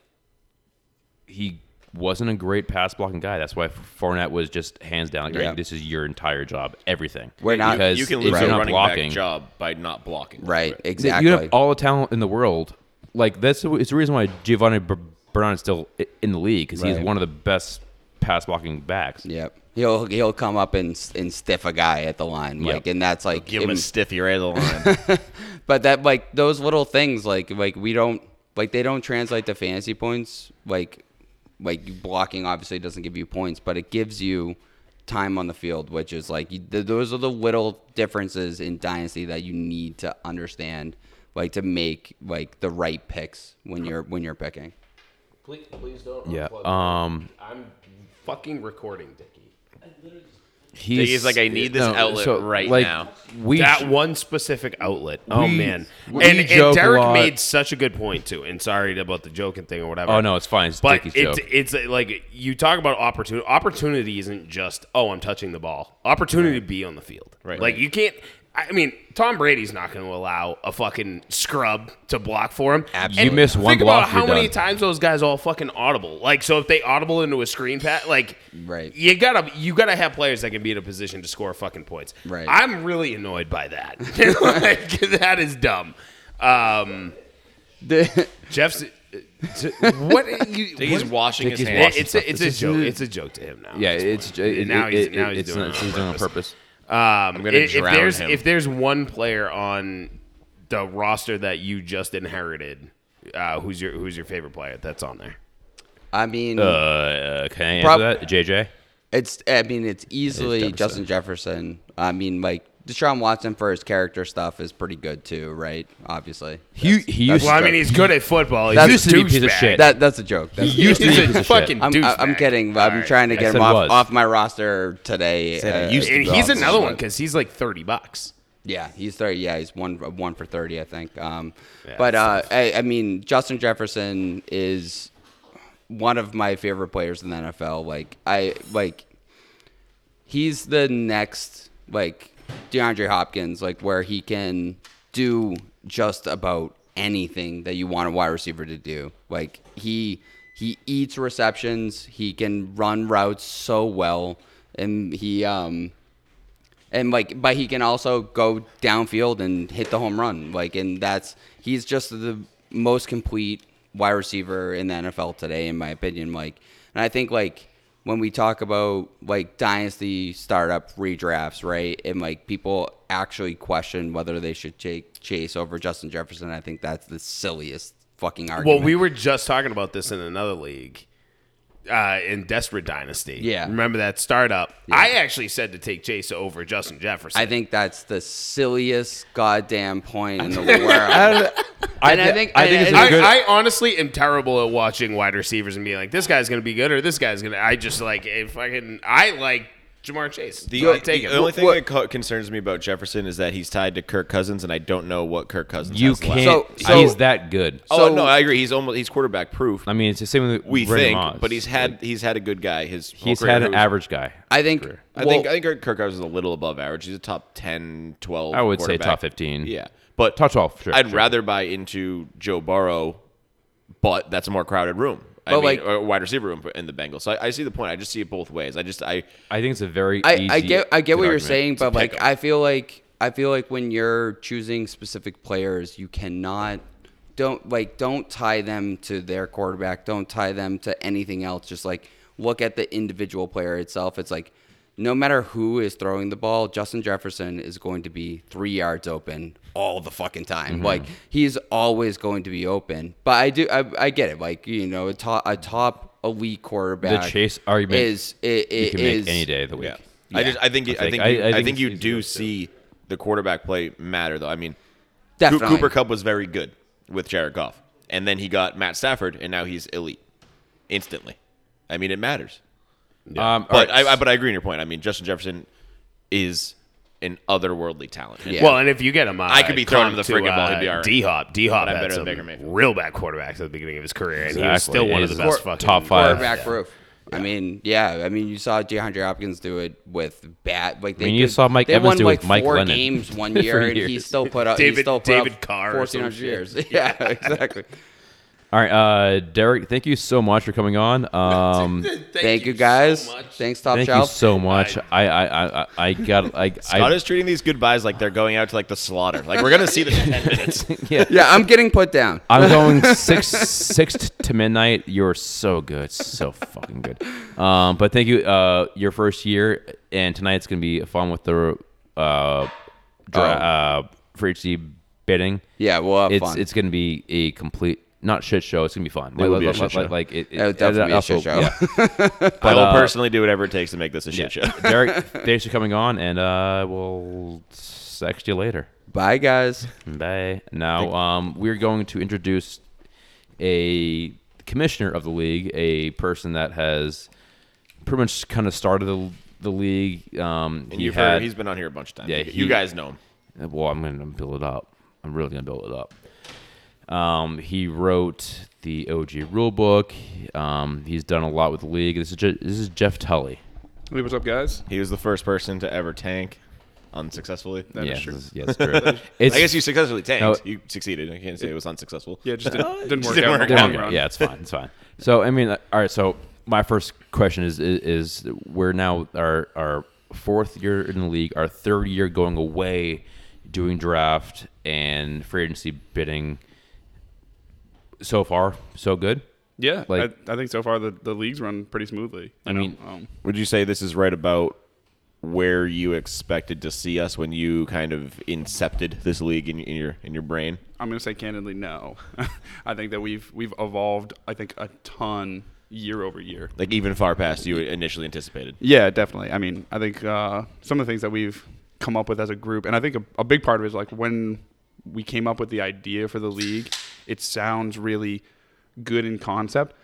C: he wasn't a great pass blocking guy. That's why Fournette was just hands down. Like,
F: Yeah.
C: this is your entire job, everything.
F: We're not-
C: because
D: You can
C: if
D: lose
C: you're
D: your
C: not
D: running
C: blocking.
D: back job by not blocking.
F: right?
C: th-
F: Exactly.
C: You have all the talent in the world. Like that's the, it's the reason why Giovanni Ber- Bernard is still i- in the league because he's
F: Right.
C: one of the best pass blocking backs.
F: Yep. He'll he'll come up and s- and stiff a guy at the line, like, and that's like
D: Give him a
F: im-
D: stiffy right of the line.
F: but that like those little things like like we don't like they don't translate to fantasy points like like blocking obviously doesn't give you points, but it gives you time on the field, which is like you, th- those are the little differences in dynasty that you need to understand, like to make like the right picks when you're when you're picking.
B: Please, please don't.
C: Yeah.
B: unplug
C: Um.
B: it. I'm fucking recording, Dickie.
C: He's, uh,
A: He's like, I need this outlet right
C: like,
A: now.
C: We
B: that
C: sh-
B: one specific outlet. Oh
C: We-
B: man,
C: we
B: and, and
C: joke a
B: Derek
C: lot.
B: made such a good point too. And sorry about the joking thing or whatever.
C: Oh no, it's fine. It's
B: but
C: Dickie's
B: it's
C: joke.
B: it's uh, like you talk about opportunity. Opportunity isn't just oh I'm touching the ball. Opportunity to be on the field. Right. Like you can't. I mean, Tom Brady's not going to allow a fucking scrub to block for him.
C: Absolutely. You miss one
B: think
C: block,
B: about how
C: you're
B: many
C: done.
B: times those guys all fucking audible. Like, so if they audible into a screen pat, like,
F: Right.
B: You gotta you gotta have players that can be in a position to score fucking points.
F: Right.
B: I'm really annoyed by that. Like, that is dumb. Um, Jeff's. uh, what you,
A: He's
B: what-
A: washing his
C: Dickie's
A: hands.
B: it- it's a, it's a joke. It's a joke to him now.
C: yeah, it's it,
B: now
C: it,
B: he's-
C: it,
B: now he's
C: it's
B: doing
C: not,
B: it on
C: he's doing it on
B: purpose.
C: purpose.
B: Um,
A: gonna
B: if,
A: drown
B: there's
A: him.
B: if there's one player on the roster that you just inherited, uh, who's your who's your favorite player that's on there?
F: I mean,
C: Uh, can I answer
F: Prob-
C: that, JJ?
F: It's I mean it's easily
C: Jefferson.
F: Justin Jefferson. I mean like Deshaun Watson for his character stuff is pretty good too, right? Obviously.
C: He he
F: that's
C: used
B: Well, I mean,
C: he
B: he's good at football. He's
F: That's-
C: used
B: just
C: to be a piece of
B: douchebag.
C: shit.
F: That that's a joke. That's
C: He used to be a piece of shit.
B: fucking
F: I'm, I- I'm
B: douchebag.
F: kidding. but
B: All
F: I'm
B: right.
F: trying to
C: I
F: get
C: said
F: him off,
C: was.
F: off my roster today. uh,
B: And he's another one because he's like thirty bucks.
F: Yeah, he's thirty. Yeah, he's one one for thirty, I think. Um, but uh, I, I mean, Justin Jefferson is one of my favorite players in the NFL. Like I like, he's the next like DeAndre Hopkins, like where he can do just about anything that you want a wide receiver to do. Like he he eats receptions. He can run routes so well, and he um and like but he can also go downfield and hit the home run like and that's he's just the most complete wide receiver in the NFL today in my opinion like and I think like when we talk about like dynasty startup redrafts right and like people actually question whether they should take Chase over Justin Jefferson I think that's the silliest fucking argument
B: Well, we were just talking about this in another league, uh, in Desperate Dynasty.
F: Yeah.
B: remember that startup? I actually said to take Chase over Justin Jefferson.
F: I think that's the silliest goddamn point in the world
C: I, I,
F: And I
C: thi-
F: think-
C: I think
F: and-
C: it's
F: and-
C: a
B: I,
C: good.
B: I honestly am terrible at watching wide receivers and being like, this guy's going to be good or this guy's going to. I just like, if I can, I like Jamar Chase.
D: The,
B: I
D: the-
B: take
D: the
B: him.
D: only thing
F: What-
D: that co- concerns me about Jefferson is that he's tied to Kirk Cousins, and I don't know what Kirk Cousins.
C: you
D: has left.
C: can't.
F: So-
C: he's
F: so-
C: that good.
D: Oh
F: So-
D: no, I agree. He's almost he's quarterback proof.
C: I mean, it's the same with
D: we
C: Randy
D: think,
C: Moss.
D: but he's had he's had a good guy. His whole
C: he's
D: career.
C: had an
D: Who's-
C: average guy.
F: I think
D: I think I think Kirk Kirk Cousins is a little above average. He's a top 10, 12
C: I would say
D: quarterback.
C: top 15.
D: Yeah, but
C: Top 12, sure,
D: I'd
C: sure.
D: rather buy into Joe Burrow, but that's a more crowded room. I
F: But,
D: mean,
F: like-
D: or a wide receiver room in the Bengals. So I, I see the point. I just see it both ways. I just I
C: I think it's a very.
F: I,
C: easy
F: I get I get
C: good
F: what you're
C: argument.
F: saying, but
D: pick
F: like I feel like I feel like when you're choosing specific players, you cannot don't like don't tie them to their quarterback, don't tie them to anything else. Just like look at the individual player itself. It's like no matter who is throwing the ball, Justin Jefferson is going to be three yards open all the fucking time.
C: Mm-hmm.
F: Like he's always going to be open. But I do I, I get it. Like you know a top a top elite quarterback.
C: Chase argument
F: is it,
C: you
F: it
C: can make
F: is-
C: any day of the week.
D: yeah. I just I think I think I think,
C: I-
D: you,
C: I
D: I
C: think
D: think
C: it's
D: you
C: easy
D: do
C: to
D: see the quarterback play matter though. I mean, Coo-
F: Definitely.
D: Cooper Cup was very good with Jared Goff, and then he got Matt Stafford, and now he's elite instantly. I mean, it matters.
C: Um, all
D: But
C: right,
D: I, I but I agree on your point. I mean, Justin Jefferson is an otherworldly talent. And
F: Yeah.
B: Well, and if you get him, uh,
D: I could be throwing him the friggin' ball, he'd be all
B: Uh,
D: right.
B: D Hop, D Hop
D: But I'm
B: had
D: better than
B: some
D: Baker Mayfield.
B: real bad quarterbacks at the beginning of his career, and he was
C: Exactly.
B: still one of
C: He's
B: the best
F: Quar-
B: fucking
C: top five.
F: quarterback roof. I mean, yeah. I mean, you saw DeAndre Hopkins do it with bat. Like they
C: mean, you
F: did-
C: saw Mike
F: they
C: Evans
F: won
C: do it
F: like
C: with Mike
F: four
C: Lennon
F: games one year, and he
C: years.
F: still put up. he
B: David-
F: still put up
B: David Carr or
F: fourteen hundred
B: some
F: years. Yeah, exactly.
C: all right, uh, Derek. Thank you so much for coming on. Um,
F: Thank, you guys. Thanks, Top
C: thank you
F: Shelf.
C: so much. I I I, I- I got I, I
D: Scott is treating these goodbyes like they're going out to like the slaughter. Like we're gonna see them in ten minutes.
F: yeah, I'm getting put down.
C: I'm going six six t- to midnight. You're so good, so fucking good. Um, but thank you. Uh, your first year and tonight's gonna be fun with the uh, dra- uh for HD bidding.
F: Oh. Yeah, we'll have
C: it's
F: fun.
C: it's gonna be a complete not shit show. It's gonna be fun. It
D: will
C: like,
D: be a
C: like,
D: shit
C: like-
D: show.
C: like, it, it,
F: It would definitely be a shit show.
C: yeah.
D: I will
C: uh,
D: personally do whatever it takes to make this a shit show.
C: Derek, thanks for coming on, and uh, we'll sext you later.
F: Bye, guys.
C: Bye. Now, um, we're going to introduce a commissioner of the league, a person that has pretty much kind of started the, the league. Um,
D: And
C: he
D: you've
C: had-
D: heard he's been on here a bunch of times.
C: Yeah,
D: you,
C: he-
D: you guys know him.
C: well, I'm going to build it up. I'm really going to build it up. Um, he wrote the OG rulebook. Um, he's done a lot with the league. This is Je- this is Jeff Tully.
H: Hey, what's up, guys?
D: He was the first person to ever tank unsuccessfully.
C: yes,
H: true.
C: this is- yes, true. It's,
D: I guess you successfully tanked.
C: No.
D: You succeeded. I can't say it was unsuccessful.
H: Yeah, it just didn't, didn't work
D: didn't
H: out. in
D: work
H: the
C: There
H: long
C: we go.
H: run.
C: Yeah, it's fine. It's fine. So I mean, uh, all right. So my first question is, is is we're now our our fourth year in the league, our third year going away, doing draft and free agency bidding. So far, so good.
H: Yeah,
C: Like-
H: I, I think so far the, the league's run pretty smoothly. I
C: mean-
H: um,
D: Would you say this is right about where you expected to see us when you kind of incepted this league in, in your in your brain?
H: I'm gonna say candidly, no. I think that we've we've evolved. I think a ton year over year.
D: Like even far past you initially anticipated.
H: Yeah, definitely. I mean, I think uh, some of the things that we've come up with as a group, and I think a, a big part of it is like when we came up with the idea for the league, it sounds really good in concept.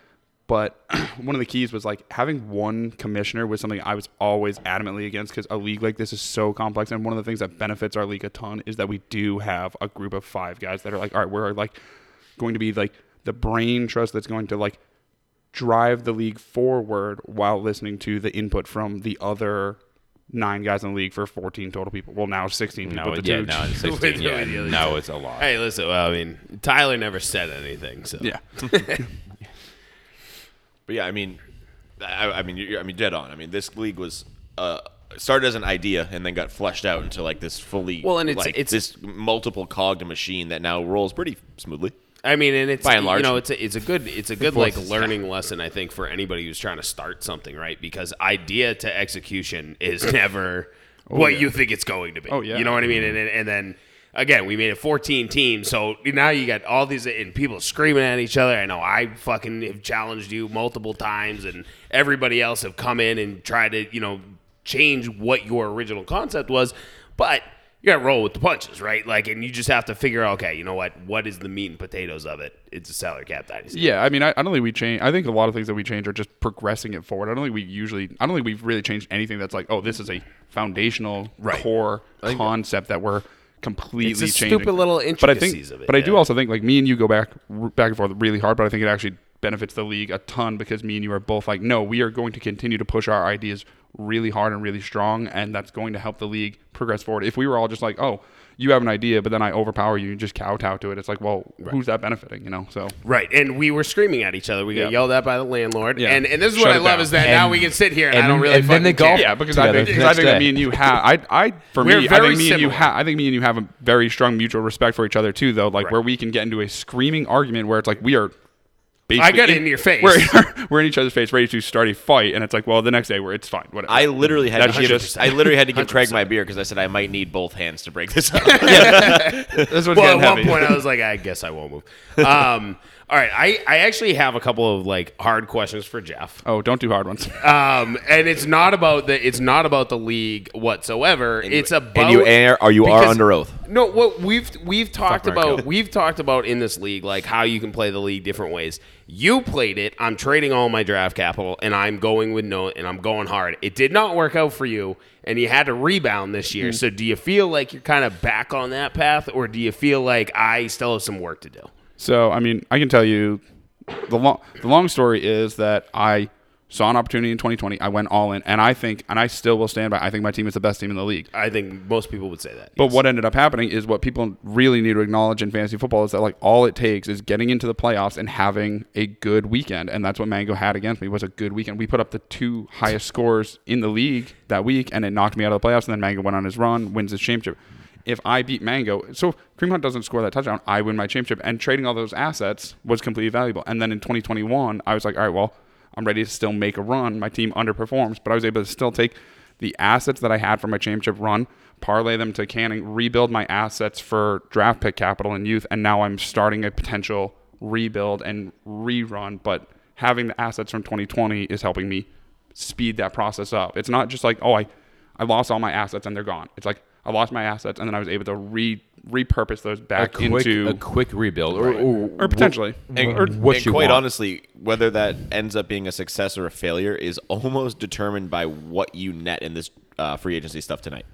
H: But one of the keys was like having one commissioner was something I was always adamantly against because a league like this is so complex. And one of the things that benefits our league a ton is that we do have a group of five guys that are like, all right, we're like going to be like the brain trust that's going to like drive the league forward while listening to the input from the other nine guys in the league for 14 total people. Well, now 16 people.
C: No,
H: with the
C: Oh, yeah,
H: two-
C: no, it's sixteen. yeah, no, it's a lot.
B: Hey, listen. Well, I mean, Tyler never said anything, so
H: Yeah.
D: But yeah, I mean, I, I mean, you're, I mean, dead on. I mean, this league was uh, started as an idea and then got fleshed out into like this fully
B: Well, and it's-
D: like,
B: it's-
D: this multiple cogged machine that now rolls pretty smoothly.
B: I mean, and it's
D: By and large.
B: you know, it's a, it's a good it's a good like learning lesson I think for anybody who's trying to start something, right? Because idea to execution is never what you think it's going to be.
H: Oh, yeah.
B: you know what I mean? And, and and then again, we made it 14 teams, so now you got all these and people screaming at each other. I know I fucking have challenged you multiple times, and everybody else have come in and tried to you know change what your original concept was, but you gotta roll with the punches, right? Like, and you just have to figure out, okay, you know what? What is the meat and potatoes of it? It's a salary cap dynasty.
H: Yeah, I mean, I, I don't think we change. I think a lot of things that we change are just progressing it forward. I don't think we usually. I don't think we've really changed anything that's like, oh, this is a foundational
B: Right.
H: core concept that we're completely
B: It's just
H: changing.
B: stupid little
H: but I think,
B: intricacies of it,
H: but I do
B: yeah.
H: also think like me and you go back r- back and forth really hard, but I think it actually benefits the league a ton because me and you are both like, no, we are going to continue to push our ideas really hard and really strong, and that's going to help the league progress forward. If we were all just like, oh. You have an idea, but then I overpower you and just kowtow to it. It's like, well, who's that benefiting? You know, so
B: Right, and we were screaming at each other. We got
H: Yeah.
B: yelled at by the landlord,
H: Yeah.
B: and and this is
H: Shut
B: what I
H: it
B: love
H: down.
B: is that now we can sit here and, I don't really
C: and then
B: fucking
C: they golf.
B: care.
H: Yeah, because I
C: together
H: think,
C: the
H: I
C: next
H: think that
C: day.
H: me and you have I I for
B: We're
H: me I
B: very
H: think me and you
B: similar.
H: have I think me and you have a very strong mutual respect for each other too though like where we can get into a screaming argument where it's like we are
B: I got it in your face.
H: we're, we're in each other's face ready to start a fight and it's like well the next day we're it's fine whatever
D: I literally had
H: That's
D: to give,
H: just-
D: I literally had to give Craig my beer because I said I might need both hands to break this up.
H: this one's
B: well,
H: getting
B: at one
H: heavy.
B: point I was like, I guess I won't move. Um, all right, I I actually have a couple of like hard questions for Jeff.
H: oh don't do hard ones
B: Um, and it's not about the it's not about the league whatsoever. it's about
D: and you are, are you are
B: because-
D: under oath.
B: No, what we've we've talked
H: Mark
B: about
H: Hill.
B: we've talked about in this league like how you can play the league different ways. You played it. I'm trading all my draft capital and I'm going with no and I'm going hard. It did not work out for you and you had to rebound this year.
D: Mm-hmm.
B: So do you feel like you're kind of back on that path or do you feel like I still have some work to do?
H: So I mean, I can tell you the long the long story is that I saw an opportunity in 2020. I went all in, and I think, and I still will stand by. I think my team is the best team in the league.
B: I think most people would say that.
H: But
B: yes.
H: what ended up happening is what people really need to acknowledge in fantasy football is that like all it takes is getting into the playoffs and having a good weekend, and that's what Mango had against me was a good weekend. We put up the two highest scores in the league that week, and it knocked me out of the playoffs. And then Mango went on his run, wins his championship. If I beat Mango, so if Cream Hunt doesn't score that touchdown, I win my championship. And trading all those assets was completely valuable. And then in 2021, I was like, all right, well, I'm ready to still make a run. My team underperforms, but I was able to still take the assets that I had from my championship run, parlay them to Canning, rebuild my assets for draft pick capital and youth, and now I'm starting a potential rebuild and rerun, but having the assets from 2020 is helping me speed that process up. It's not just like, oh, I, I lost all my assets and they're gone. It's like I lost my assets and then I was able to re repurpose those
C: a
H: back
C: quick,
H: into
C: a quick rebuild, or, or,
H: or potentially.
D: And,
H: or,
C: what
D: and
C: you
D: quite
C: want.
D: honestly, whether that ends up being a success or a failure is almost determined by what you net in this uh, free agency stuff tonight.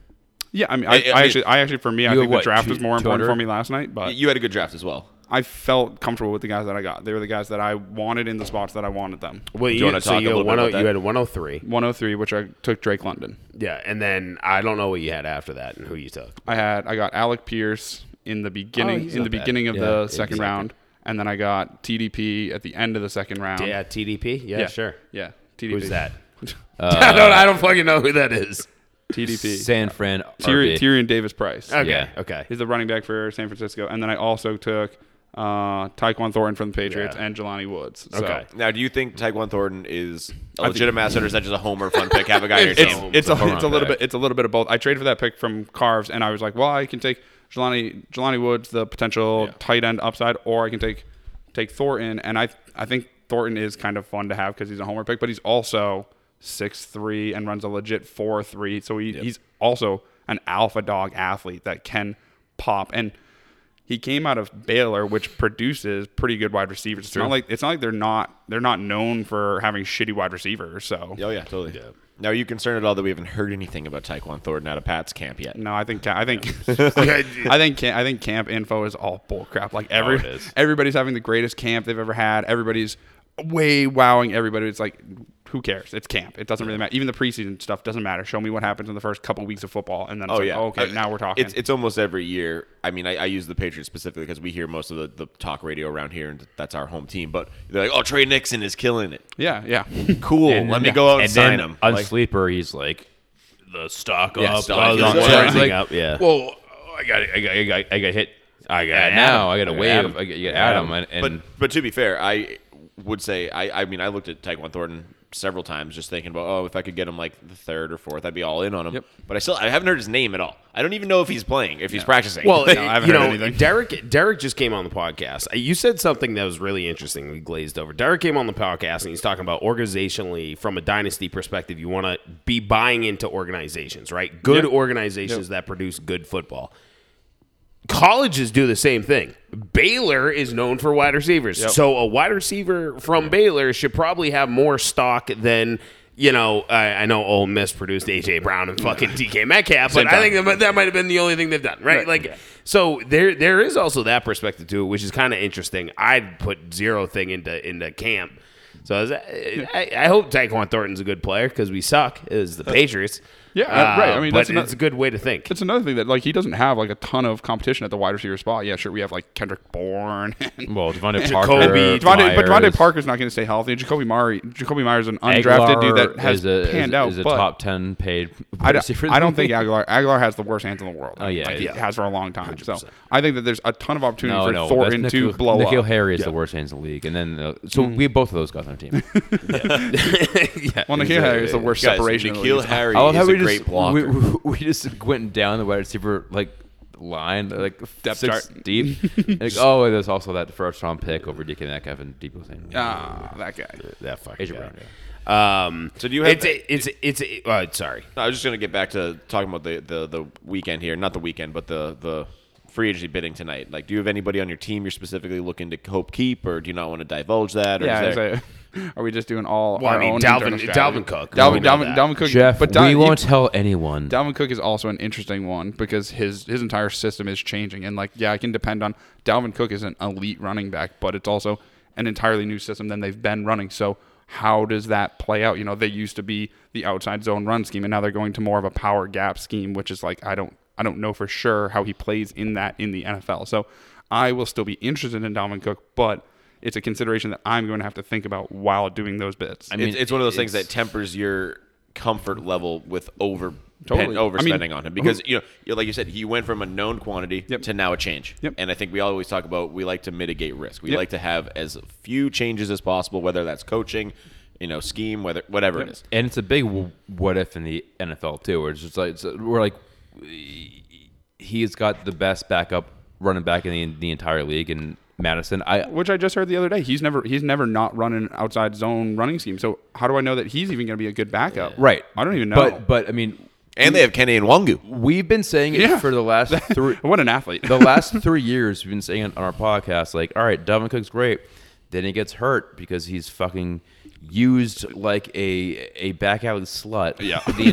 H: yeah, I mean, I, I,
D: I- I mean-
H: actually, I actually, for me, I
C: You
H: think
C: what,
H: the draft
C: two-
H: was more important
C: 200?
H: for me last night, but
D: You had a good draft as well.
H: I felt comfortable with the guys that I got. They were the guys that I wanted in the spots that I wanted them.
B: Well,
D: you
B: you,
D: wanna
B: so
D: talk a
B: you, had
D: little bit
B: 10
D: about
B: you
D: that?
B: had 103.
H: 103, which I took Drake London.
B: Yeah, and then I don't know what you had after that and who you took.
H: I had I got Alec Pierce in the
B: Oh,
H: beginning
D: he's
H: in
D: not
H: the
D: bad.
H: beginning of
B: Yeah,
H: the
B: in
H: second
B: second.
H: round, and then I got TDP at the end of the second
C: Um,
H: round.
B: yeah, TDP. Yeah, sure.
H: Yeah, TDP.
B: Who's that?
H: Uh,
B: I don't. I don't fucking know who that is.
H: TDP.
C: San Fran.
H: Tyrion,
C: RB.
H: Tyrion Davis Price.
B: Okay.
C: Yeah.
B: Okay.
H: He's the running back for San Francisco, and then I also took uh, Tyquan Thornton from the Patriots
B: Yeah.
H: and Jelani Woods. So
B: Okay.
D: Now, do you think Tyquan Thornton is a legitimate asset, or is that just a homer fun pick? Have a guy on your
H: it's,
D: team.
H: it's, a,
C: Hold
H: it's a
C: on
H: little
C: back.
H: bit it's a little bit of both. I traded for that pick from Carves, and I was like, well, I can take Jelani Jelani Woods, the potential tight end upside, or I can take take Thornton, and I I think Thornton is kind of fun to have because he's a homer pick, but he's also six three and runs a legit four three, so he, he's also an alpha dog athlete that can pop and. He came out of Baylor, which produces pretty good wide receivers. It's not like it's not like they're not they're not known for having shitty wide receivers. So
D: Oh yeah, totally. Now, are you concerned at all that we haven't heard anything about Tyquan Thornton out of Pat's camp yet?
H: No, I think ca- I think I think ca- I think camp info is all bull crap.
C: Oh,
H: Like every
B: it is.
H: everybody's having the greatest camp they've ever had. Everybody's way wowing everybody. It's like who cares? It's camp. It doesn't really matter. Even the preseason stuff doesn't matter. Show me what happens in the first couple weeks of football, and then it's
D: Oh
H: like,
D: yeah.
H: okay,
D: Uh,
H: now we're talking.
D: It's it's almost every year. I mean, I, I use the Patriots specifically because we hear most of the, the talk radio around here, and that's our home team. But they're like, "Oh, Trey Nixon is killing it.
H: yeah, yeah.
D: Cool.
C: And
D: Let
C: then-
D: me go out and,
C: and
D: sign
C: then
D: him."
C: On
D: Like,
C: sleeper, he's like the stock
D: Yeah,
C: up, uh,
D: stock is
C: the
D: up.
C: stock
B: Yeah.
C: is
B: Like,
C: up. Yeah.
B: Well, I got. I got. I got. I got hit. I got
C: And now I got to
B: Adam.
C: wave.
B: Adam.
C: I got, you got Adam, and,
D: but
C: and
D: but to be fair, I would say I I mean I looked at Tyquan Thornton several times just thinking about oh if I could get him like the third or fourth I'd be all in on him. But I still I haven't heard his name at all. I don't even know if he's playing if he's practicing.
B: Well, eh,
H: No, I haven't
B: you
H: heard
B: know,
H: anything.
B: Derek Derek just came on the podcast. Uh, You said something that was really interesting. We glazed over. Derek came on the podcast and he's talking about organizationally from a dynasty perspective. You want to be buying into organizations, right? Good organizations that produce good football. Colleges do the same thing. Baylor is known for wide receivers, so a wide receiver from Baylor should probably have more stock than. You know, I, I know Ole Miss produced AJ Brown and fucking DK Metcalf, but I think that might- that might have been the only thing they've done, right? Like, so there there is also that perspective to it, which is kind of interesting. I'd put zero thing into into camp. So I, was- uh, I, I hope Tyquan Thornton's a good player because we suck as the Patriots.
H: yeah, uh, right. I mean,
B: but
H: that's ano-
B: it's a good way to think.
H: It's another thing that like he doesn't have like a ton of competition at the wide receiver spot. Yeah, sure, we have like Kendrick Bourne. and
C: well, Devontae
B: Jacoby,
C: Parker,
H: Devontae, but Devontae
C: Myers,
H: Parker's not going to stay healthy. Jacoby Murray, Jacoby Myers, an undrafted dude
C: Aguilar
H: that has
C: is a,
H: panned
C: is,
H: out.
C: is a
H: but-
C: top ten paid.
H: I don't,
C: receiver
H: I don't think
C: in the league.
H: Aguilar Aguilar has the worst hands in the world.
C: Oh, yeah,
H: like, he
C: yeah.
H: has for a long time. So I think that there's a ton of opportunity
C: No,
H: for
C: no,
H: Thornton
C: that's
H: to
C: Nikhil-
H: blow
C: Nikhil
H: up. Mm.
C: Harry is the worst hands in the league, and then uh, so we have both of those guys on our team.
H: Well, Nikhil Harry is the worst
D: guys,
H: separation. in the
D: Nikhil
H: league.
D: Harry
C: I love
D: is
C: how
D: a
C: we
D: great
C: just
D: blocker.
C: we, we, we just went down the wide receiver like line like
H: Depth
C: six
H: chart.
C: deep. like, oh, and there's also that first round pick over DK Metcalf and Debo Samuel.
H: Ah, that guy.
B: that fucking
C: Adrian
B: guy.
C: Brown,
B: Um,
D: So do you have
B: it's it's it's, it's uh, sorry.
D: No, I was just gonna get back to talking about the, the, the weekend here, not the weekend, but the the free agency bidding tonight. Like, do you have anybody on your team you're specifically looking to hope keep, or do you not want to divulge that? Or
H: Yeah,
D: is
H: it's
D: there,
H: like, are we just doing all
B: Well, I
H: our
B: mean,
H: own
B: Dalvin-
H: internal strategy?
B: Dalvin Cook. We
H: Dalvin,
B: know
H: Dalvin,
B: that.
H: Dalvin Cook.
C: Jeff,
H: but Dal-
C: we
H: you-
C: won't tell anyone.
H: Dalvin Cook is also an interesting one because his his entire system is changing. And like, yeah, I can depend on Dalvin Cook is an elite running back, but it's also an entirely new system than they've been running. So how does that play out? You know, they used to be the outside zone run scheme, and now they're going to more of a power gap scheme, which is like I don't I don't know for sure how he plays in that in the NFL. So I will still be interested in Dalvin Cook, but it's a consideration that I'm going to have to think about while doing those bits.
C: mean,
D: it's, it's one of those things that tempers your comfort level with over
H: Totally.
D: pen-
H: I mean,
D: overspending on him because you know, you- like you said, he went from a known quantity
H: Yep.
D: to now a change.
H: Yep.
D: And I think we always talk about we like to mitigate risk. We
H: Yep.
D: like to have as few changes as possible, whether that's coaching, you know, scheme, whether whatever it is.
C: and it's a big w- what if in the NFL too, where it's just like it's, uh, we're like he's got the best backup running back in the, the entire league, and Madison. I
I: which I just heard the other day. He's never he's never not run an outside zone running scheme. So how do I know that he's even going to be a good backup?
C: right.
I: I don't even know.
C: But but I mean,
D: And they have Kenny and Wangu.
C: we've been saying it
I: Yeah.
C: for the last three.
I: what an athlete!
C: the last three years we've been saying it on our podcast, like, all right, Devin Cook's great. Then he gets hurt because he's fucking used like a a back alley slut. Yeah. The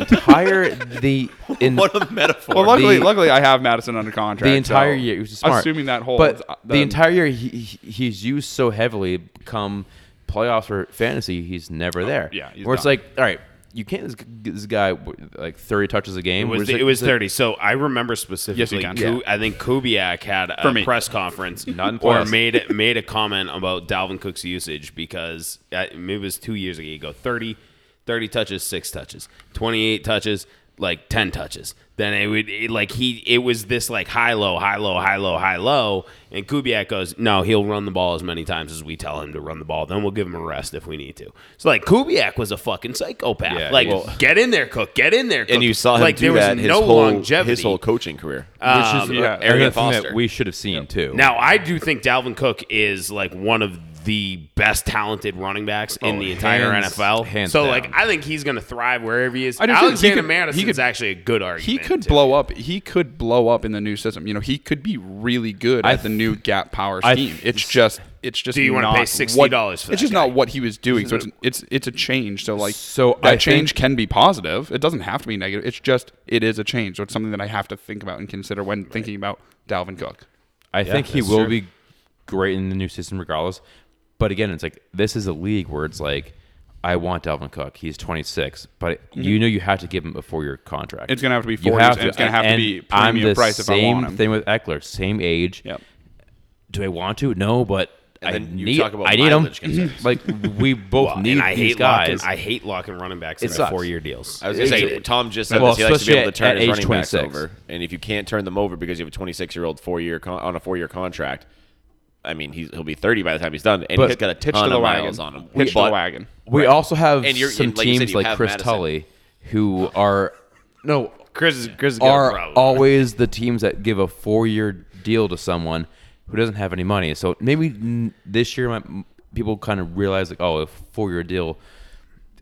C: entire the in
D: What a metaphor.
I: well, luckily,
C: the-
I: luckily I have Madison under contract
C: the entire
I: so
C: year. He was smart.
I: Assuming that holds,
C: But
I: uh,
C: the
I: then-
C: entire year, he, he- he's used so heavily. Come playoffs or fantasy, he's never there.
I: yeah, he's
C: where it's
I: gone.
C: like, all right, you can't this, this guy like thirty touches a game.
B: It
C: Where
B: was,
C: it's
B: it
C: like-
B: was
C: it's like-
B: 30. So I remember specifically.
I: can.
B: Ku- I think Kubiak had a
I: For me.
B: press conference
C: Not in
B: or
C: playoffs.
B: made it, made a comment about Dalvin Cook's usage because uh, maybe it was two years ago. You go 30, 30 touches, six touches, 28 touches, like 10 touches. Then it would it, like he it was this like high low high low high low high low and Kubiak goes no he'll run the ball as many times as we tell him to run the ball then we'll give him a rest if we need to so like Kubiak was a fucking psychopath
D: Yeah,
B: like
D: well-
B: get in there Cook get in there Cook.
D: and you saw him
B: like
D: do
B: there was
D: that his
B: no
D: whole
B: longevity
D: his whole coaching career.
B: Um,
C: which is
I: yeah.
C: yeah,
D: Arian Foster.
C: that we should have seen too.
B: now I do think Dalvin Cook is like one of the best talented running backs in
C: Oh,
B: the entire
C: hands-
B: NFL.
C: hands
B: so
C: down.
B: like I think he's gonna thrive wherever he is.
I: I do too. He
B: Alexander
I: could-
B: Madison's
I: he could-
B: actually a good argument.
I: he could
B: too.
I: blow up. He could blow up in the new system. You know, he could be really good at the new gap power
C: I-
I: scheme. it's just it's just
B: Do you wanna
I: not
B: pay
I: what-
B: $60 for
I: It's
B: that
I: just
B: guy?
I: not what he was doing. So it's it's it's a change. So like
C: So
I: that
C: I
I: change
C: think-
I: can be positive. It doesn't have to be negative. It's just it is a change. So it's something that I have to think about and consider when thinking about Dalvin Cook.
C: I think he will be great in the new system regardless. But again, it's like this is a league where it's like I want Dalvin Cook. He's 26, but you know you have to give him a four-year contract.
I: Mm-hmm. It's gonna have to be
C: You
I: four years, and it's gonna have to
C: and
I: be
C: I'm
I: premium
C: the
I: price if I
C: same
I: want him.
C: thing with Eckler, same age.
I: Yep.
C: Do I want to? No, but I
D: then you
C: need.
D: talk about
C: I need him.
D: mileage concerns.
C: like we both
B: Well,
C: need
B: and I
C: these
B: hate
C: guys.
B: locking. I hate locking running backs in
C: sucks.
B: four year deals.
D: I was going to say,
B: Hated.
D: Tom just said
C: Well,
D: this. He likes to
C: especially
D: be able to
C: at-
D: turn
C: at
D: his
C: age
D: running backs
C: 26.
D: over, and if you can't turn them over because you have a 26 year old four year con- on a four year contract, I mean he's, he'll be 30 by the time he's done, and
C: But-
D: he's got a
I: Hitch to
D: ton
I: the
D: of
I: wagon.
D: miles on him.
I: Hitch to
D: But
I: the wagon.
C: we also have
D: And you're-
C: some
D: and like you
C: teams
D: said, you
C: like
D: have
C: Chris
D: Madison.
C: Tully, who are no
B: Chris is Chris is got a
C: are
B: problem.
C: always the teams that give a four-year deal to someone who doesn't have any money. So maybe n- this year, my, people kind of realize like, oh, a four-year deal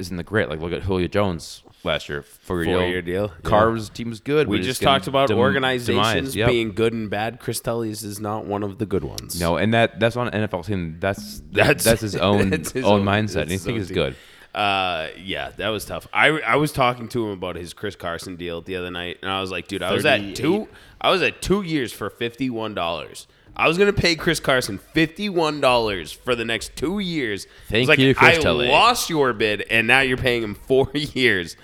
C: isn't the great. Like, look at Julio Jones last year, four-year,
B: Four-year deal, yeah.
C: Carves team was good.
B: we
C: but
B: just
C: it's gonna
B: talked about
C: dem-
B: organizations
C: demise. Yep.
B: being good and bad. Chris Tully's is not one of the good ones.
C: no, and that that's on an NFL team. That's
B: That's-
C: that's, his own
B: that's his
C: own,
B: own-
C: mindset.
B: that's
C: And he
B: his own
C: thinks it's
B: team.
C: good.
B: Uh, yeah, that was tough. I I was talking to him about his Chris Carson deal the other night, and I was like, dude, I was at two, I was at two years for fifty one dollars. I was gonna pay Chris Carson fifty one dollars for the next two years. It's
C: Thank
B: like,
C: you, Chris
B: I
C: Tully."
B: lost your bid, and now you're paying him four years.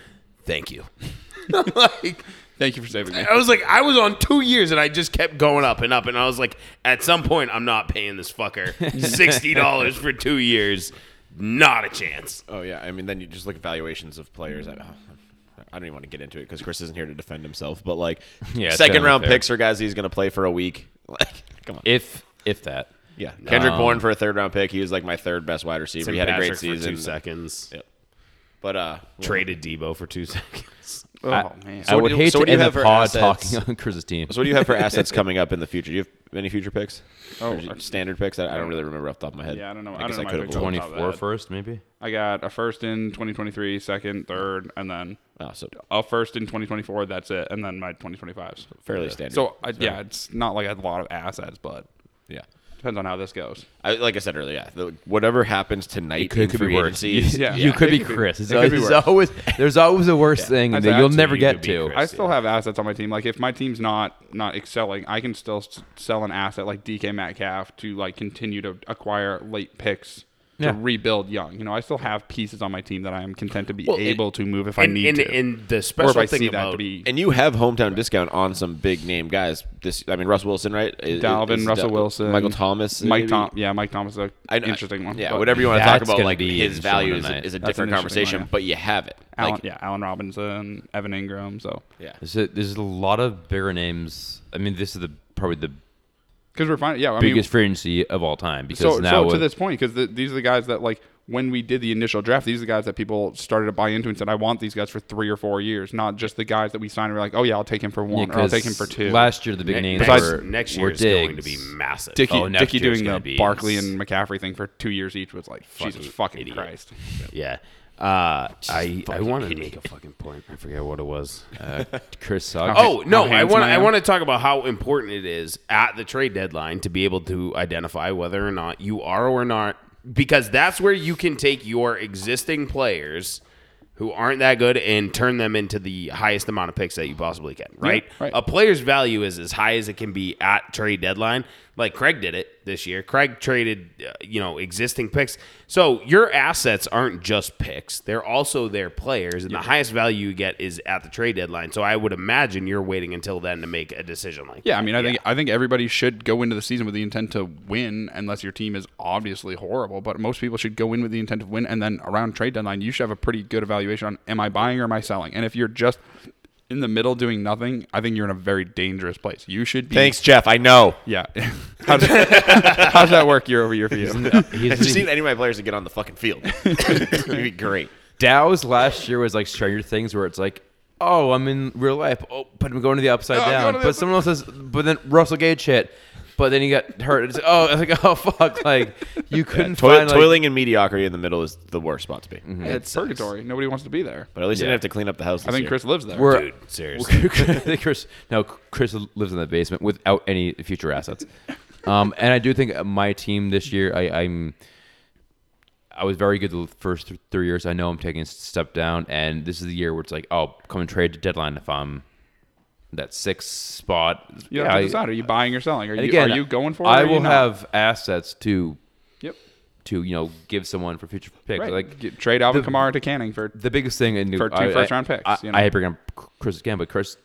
B: Thank you. like.
I: Thank you for saving me.
B: I was like, I was on two years and I just kept going up and up. And I was like, at some point, I'm not paying this fucker $60 for two years. Not a chance.
D: Oh yeah, I mean then you just look at valuations of players. I, I don't even want to get into it because Chris isn't here to defend himself. But like,
C: Yeah, it's
D: second
C: totally
D: round
C: fair.
D: picks are guys he's going to play for a week. Like, come on.
C: If if that.
D: yeah, Kendrick
C: Um,
D: Bourne for a third round pick. He was like my third best wide receiver. he had a great
B: Patrick for
D: season.
B: two seconds.
D: Yep. But uh,
B: Traded Debo for two seconds.
I: Oh man.
C: I
D: what
C: would
D: do you-
C: hate
D: so what
C: to
D: do you
C: end the
D: have for
C: pod
D: assets?
C: talking on Chris's team.
D: So what do you have for assets coming up in the future? Do you have any future picks? Oh, standard picks. I, I don't really remember off the top of my head.
I: uh, Yeah, I don't know. I
D: guess
I: don't know my
D: could've
I: picks
D: looked.
I: off the top.
C: 24 first, maybe?
I: I got a first in 2023, second, third, and then
D: Oh, so
I: a first in 2024. That's it, and then my 2025s.
D: fairly standard.
I: So I, yeah, it's not like I have a lot of assets, but
D: yeah.
I: depends on how this goes.
D: I, like I said earlier, yeah, the, whatever happens tonight
C: could,
D: in
C: could
D: free
C: be worse.
D: agency is-
C: You,
I: Yeah.
C: you could
I: It
C: be
I: could be-
C: Chris. It's
I: it could
C: always,
I: be
C: it's
I: worse.
E: Oh,
C: always- there's always a worse thing
I: I'd
C: that
I: say
C: you'll
I: actually
C: never
B: you
C: get
B: could be
C: to.
B: Chris.
I: I still have assets on my team. Like if my team's not not excelling, I can still s- sell an asset like DK Metcalf to like continue to acquire late picks. To
C: Yeah.
I: rebuild young, you know, I still have pieces on my team that I am content to be
B: Well, and-
I: able to move if I
B: And,
I: need
B: and,
I: to,
B: and the
I: or if
B: special
I: I
B: thing
I: see that
B: about
I: to be
D: and you have hometown discount on some big name guys. This, I mean, Russ Wilson, right? Is-
I: Dalvin,
D: is-
I: Russell
D: Dal-
I: Wilson,
D: Michael Thomas,
I: Mike
D: maybe?
I: Tom, yeah, Mike Thomas is an
D: I- I-
I: interesting one.
D: Yeah,
I: but
D: whatever you want to talk
C: That's
D: about,
C: gonna
D: like
C: be
D: his
C: interesting
D: value is,
C: tonight.
D: is a
I: That's an interesting
D: different
I: one,
D: conversation,
I: yeah.
D: but you have it.
I: Allen,
D: like,
I: yeah, Allen Robinson, Evan Ingram. So
D: yeah.
C: There's a, there's a lot of bigger names. I mean, this is the probably the
I: because we're finding, yeah, I mean,
C: biggest free agency of all time because
I: so,
C: now
I: so to
C: with-
I: this point, because the, these are the guys that like when we did the initial draft, these are the guys that people started to buy into and said, "I want these guys for three or four years, not just the guys that we signed." And we're like, "Oh yeah, I'll take him for one, or I'll
C: 'cause
I: take him for two.
C: Last year, the big names
I: besides-
C: were,
B: next
C: were
B: year is going to
C: Diggs.
B: be massive.
I: Dickie,
C: Oh, next
I: Dickie
C: year's
I: doing
C: gonna
I: the
C: be
I: Barkley and McCaffrey thing for two years each was like, Jesus fucking
B: idiot.
I: Christ.
B: Yeah. Uh, I I
C: fucking
B: wanted to make a fucking point. I forget what it was.
C: Chris Suggs.
B: Oh no! I
I: handsome
B: want
I: I
B: I
I: am.
B: want to talk about how important it is at the trade deadline to be able to identify whether or not you are or not, because that's where you can take your existing players who aren't that good and turn them into the highest amount of picks that you possibly can. Right?
I: right.
B: A player's value is as high as it can be at trade deadline. Like Craig did it this year. Craig traded, uh, you know, existing picks. So your assets aren't just picks; they're also their players, and the highest value you get is at the trade deadline. So I would imagine you're waiting until then to make a decision like
I: Yeah, I mean, I think I think everybody should go into the season with the intent to win, unless your team is obviously horrible. But most people should go in with the intent of win, and then around trade deadline, you should have a pretty good evaluation on am I buying or am I selling. And if you're just in the middle doing nothing, I think you're in a very dangerous place. You should be.
D: Thanks, Jeff. I know.
I: Yeah. how, does, how does that work year over year for you?
D: Have you seen any of my players that get on the fucking field? It'd be great.
C: Dow's last year was like Stranger Things, where it's like, oh, I'm in real life. Oh, but I'm going to the upside
I: I'm
C: down.
I: going to the
C: but someone else says, but then Russell Gage hit. But then he got hurt. It's like, oh, it's like, oh, fuck. Like, you couldn't
D: Toil-
C: find.
D: toiling in mediocrity in the middle is the worst spot to be.
I: It's purgatory. Nobody wants to be there.
D: But at least you didn't have to clean up the house.
I: Mm-hmm. I
D: this
I: think
D: year.
I: Chris lives there.
C: Like, we're,
B: Dude, seriously.
C: I think Chris, no, Chris lives in the basement without any future assets. Um, and I do think my team this year, I, I'm, I was very good the first th- three years. I know I'm taking a step down, and this is the year where it's like, oh, come and trade deadline if I'm that sixth spot.
I: You have
C: I-
I: to decide. Are you buying or selling? Are you,
C: and again,
I: are you going for it? or
C: I
I: are you
C: will
I: not?
C: have assets to
I: Yep.
C: to you know give someone for future picks.
I: Right.
C: Like
I: Get- trade Alvin
C: the-
I: Kamara to Canning for
C: the biggest thing in
I: For two
C: I- I-
I: first-round picks,
C: I,
I: you know?
C: I hate bringing up Chris again, but Chris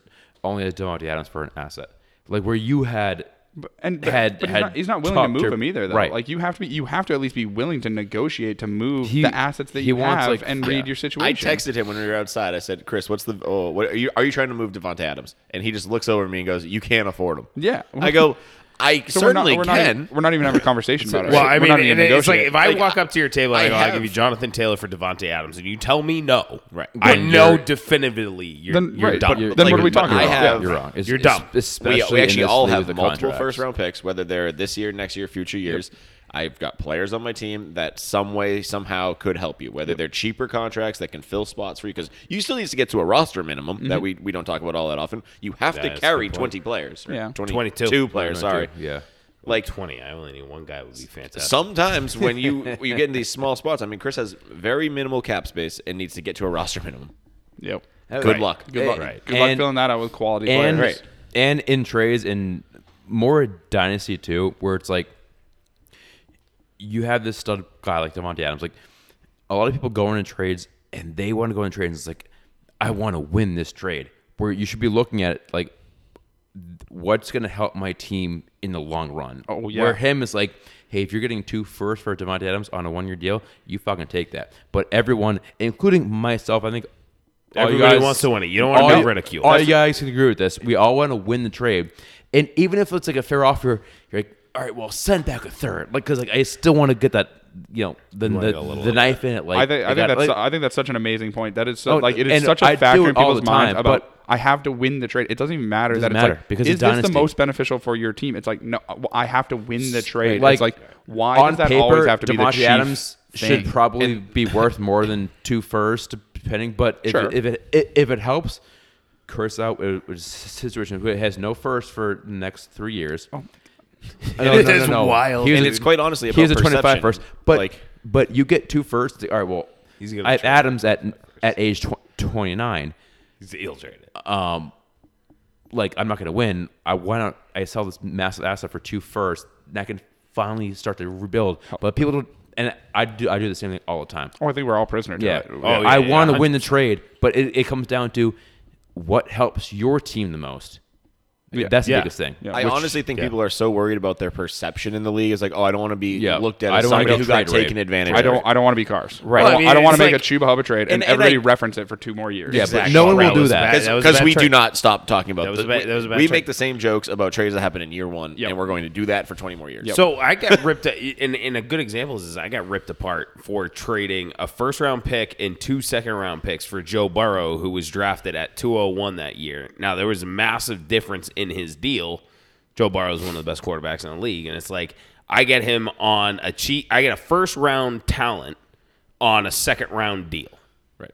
C: only had Devontae Adams for an asset. Like where you had
I: But- and but,
C: had-
I: but he's,
C: had
I: not, he's not willing to
C: chopped
I: move
C: your-
I: him either, though.
C: right.
I: Like you have to be, you have to at least be willing to negotiate to move
C: He-
I: the assets that
C: he
I: you
C: wants,
I: have
C: like,
I: and
C: yeah.
I: read your
D: I
I: situation.
D: texted him when we were outside. I said, "Chris, what's the? Oh, what are you? Are you trying to move Devonte Adams?" And he just looks over at me and goes, "You can't afford him."
I: Yeah.
D: I go, "I
I: So we're not-
D: certainly
I: we're not,
D: can."
I: even- we're not even having a conversation about it.
B: Well,
I: We're
B: I mean,
I: not even
B: and it's like
I: negotiating.
B: if I walk up to your table and I
D: I
B: go, I'll
D: have-
B: give you Jonathan Taylor for Devonte Adams, and you tell me no,
D: Right.
B: I
D: Then
B: know
D: you're-
B: definitively you're,
I: Then-
B: you're
I: right,
B: dumb.
I: but then
B: Like,
I: what are we
B: but
I: talking
B: I
D: about?
B: have-
D: Yeah.
C: you're wrong. It's-
B: You're
C: it's-
B: dumb.
C: Especially
D: we, we
C: in
D: actually
C: this
D: all
C: league
D: have
C: with the
D: multiple
C: contracts.
D: first round picks, whether they're this year, next year, future years. I've got players on my team that some way, somehow could help you, whether they're cheaper contracts that can fill spots for you, because you still need to get to a roster minimum
C: Mm-hmm.
D: that we, we don't talk about all that often. You have
B: That's a
D: to
B: good
D: carry
B: point.
D: 20 players. or
I: Yeah.
D: 20
B: 22.
D: 22 players, sorry.
C: Yeah.
D: Like,
B: twenty. I only need one guy would be fantastic.
D: sometimes when you, when you get in these small spots, I mean, Chris has very minimal cap space and needs to get to a roster minimum.
I: yep.
D: Good
C: Right.
D: luck.
I: Good luck.
B: Right.
I: Good luck
C: And-
I: filling that out with quality
C: and
I: players.
C: and in trades and more dynasty too, where it's like you have this stud guy like Devontae Adams. Like a lot of people go into trades and they want to go in trades. It's like I want to win this trade. Where you should be looking at it like what's going to help my team in the long run.
I: Oh, yeah.
C: Where him is like, hey, if you're getting two first for Devontae Adams on a one year deal, you fucking take that. But everyone, including myself, I think. all you
B: Everybody wants to win it. You don't wanna
C: all
B: be
C: you-
B: ridiculed.
C: All
B: That's-
C: you guys can agree with this. We all want to win the trade, and even if it's like a fair offer, you're like, all right, well, send back a third, like because like I still want to get that, you know, the
B: Like
C: the,
B: a little
C: the
B: bit.
C: knife in it. Like
I: I think, I think
C: got-
I: that's
C: like-
I: I think that's such an amazing point. That is so,
C: Oh,
I: like it is
C: and
I: such a
C: I do
I: factor
C: it
I: in
C: all
I: people's
C: the time,
I: minds about
C: but-
I: I have to win the trade. It doesn't even matter
C: Doesn't
I: that it's
C: matter,
I: like
C: because
I: is
C: of
I: this the
C: dynasty.
I: most beneficial for your team? It's like no, well, I have to win the trade.
C: Like,
I: it's like why
C: on
I: does that
C: paper,
I: always have to be the
C: Demonte
I: chief
C: Adams
I: thing?
C: should probably be worth more than two first, depending. But if,
I: Sure.
C: it, if it i- if it helps, curse out it, it's a situation who has no first for the next three years. Oh.
B: It is wild.
D: And it's quite honestly
C: he was a
D: about
C: 25
D: perception.
C: first, but
D: Like-
C: but you get two firsts. All right, well,
B: He's gonna
C: I have
B: trade.
C: Adams at at age tw- 29
B: He's ill traded.
C: like I'm not going to win. I why not? I sell this massive asset for two first, and I can finally start to rebuild. But people don't, and I do. I do the same thing all the time.
I: Oh, I think we're all prisoner to
C: Yeah,
I: it.
B: Oh,
C: I
B: yeah, yeah,
C: want to win the trade, but it, it comes down to what helps your team the most. Yeah, That's the
B: Yeah.
C: biggest thing.
I: Yeah.
D: I
I: Which-
D: honestly think
B: yeah.
D: people are so worried about their perception in the league. It's like, oh, I don't want to be
C: Yeah.
D: looked at
C: I
D: as
C: don't wanna
D: somebody
C: get
D: who got
C: trade
D: taken
C: raped.
D: advantage.
I: I don't.
D: of.
I: I don't want to be cars.
C: Right.
I: I don't,
D: Well, I mean,
I: I don't want
D: it's
I: to make
D: like-
I: a Chuba Hubbard trade and,
D: and- and
I: everybody
D: I-
I: reference it for two more years.
C: Yeah,
D: Exactly.
C: but no one
B: That
C: will do
B: was bad.
C: that.
B: That was a
D: because
B: bad
D: we do
B: trade.
D: not stop talking about
B: That was
D: this.
B: a bad- that was a bad
D: we
B: trade.
D: make the same jokes about trades that happen in year one,
I: Yep.
D: and we're going to do that for 20 more years.
B: So I got ripped. And and a good example is I got ripped apart for trading a first round pick and two second round picks for Joe Burrow, who was drafted at 201 that year. Now there was a massive difference in his deal. Joe Burrow is one of the best quarterbacks in the league, and it's like I get him on a cheat. I get a first round talent on a second round deal. Right.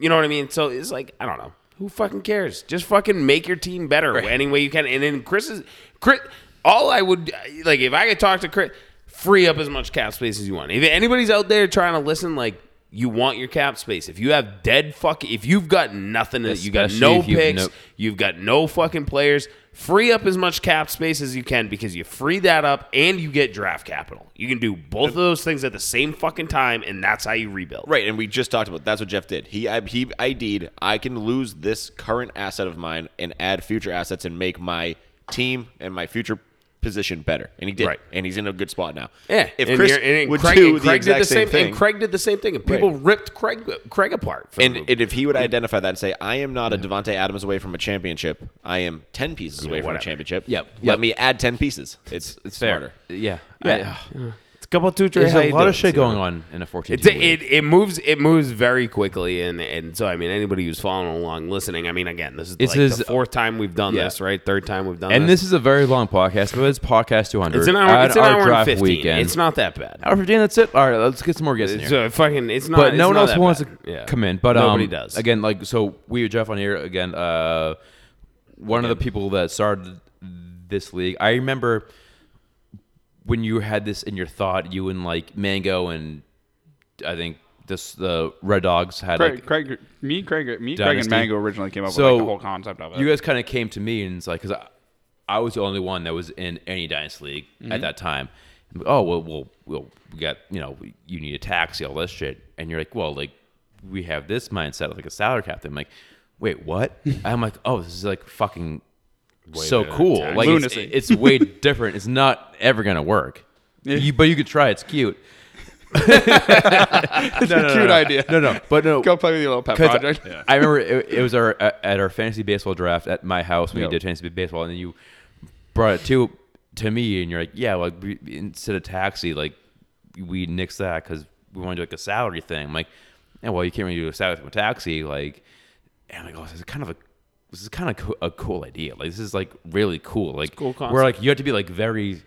B: You know what I mean? So it's like I don't know. Who fucking cares? Just fucking make your team better any way you can. And then Chris is Chris. All I would like if I could talk to Chris, free up as much cap space as you want. If anybody's out there trying to listen, like you want your cap space. If you have dead fuck, if you've got nothing, that you got
C: Especially
B: no
C: if you-
B: picks,
C: nope.
B: You've got no fucking players. Free up as much cap space as you can because you free that up and you get draft capital. You can do both of those things at the same fucking time, and that's how you rebuild.
D: Right, and we just talked about that's what Jeff did. He I- he ID'd I can lose this current asset of mine and add future assets and make my team and my future position better. And he did,
B: Right.
D: and he's in a good spot now.
B: Yeah.
D: if
B: and
D: Chris
B: you're- and, and
D: would
B: Craig,
D: do
B: and
D: the
B: Craig
D: exact
B: did the same,
D: same thing,
B: And Craig did the same thing, and people ripped Craig Craig apart. For
D: and,
B: the-
D: and if he would identify that and say, I am not a Devonte Adams away from a championship, I am ten pieces away from a
B: whatever.
D: championship.
C: Yep, yep.
D: Let me add ten pieces. It's it's smarter.
C: Yeah.
B: Yeah.
C: I-
B: it's a couple two
C: there's a lot of shit going on in a 14
B: It's, it it moves it moves very quickly and and so I mean anybody who's following along listening I mean again this is
C: This
B: like
C: is-
B: the fourth time we've done
C: Yeah.
B: this right third time we've done
C: And
B: this.
C: this is a very long podcast, but it's podcast 200.
B: It's an hour.
C: Add
B: It's an
C: our
B: hour and
C: draft
B: fifteen.
C: Weekend.
B: It's not that bad.
C: hour 15. That's it. All right, let's get some more guests in
B: It's
C: here.
B: a fucking. It's not.
C: but
B: it's
C: no one
B: not
C: else
B: that
C: wants
B: bad.
C: to
B: Yeah.
C: come in. But um,
B: nobody does.
C: Again, like so, we with Jeff on here again. Uh, one of the people that started this league. I remember when you had this in your thought. You and like Mango and I think this the Red Dogs had
I: Craig,
C: like
I: Craig, me, Craig, me, Craig,
C: Dynasty.
I: and Mango originally came up
C: So,
I: with like, the whole concept of it.
C: you guys kind of came to me and it's like because I, I was the only one that was in any dynasty league
I: Mm-hmm.
C: at that time. And, oh well, well, well, we got you know you need a taxi, all this shit, and you're like, well, like we have this mindset of like a salary cap. thing. I'm like, wait, what? I'm like, oh, this is like fucking so cool. Like it's,
I: Lunacy.
C: it's way different. It's not ever gonna work. You, but you could try. It's cute.
I: it's a cute idea.
C: No, no, but no.
I: Go play with your little pet
C: 'Cause
I: project.
C: I, I remember it, it was our at at our fantasy baseball draft at my house when
I: Yeah.
C: we did fantasy baseball, and then you brought it to to me, and you're like, yeah, like we, instead of taxi, like we nix that because we want to do like a salary thing. I'm like, yeah, well, you can't really do a salary from a taxi, like. And I'm like, oh, this is kind of a this is kind of co- a cool idea. Like this is like really cool. Like
B: cool concept.
C: where like you have to be like very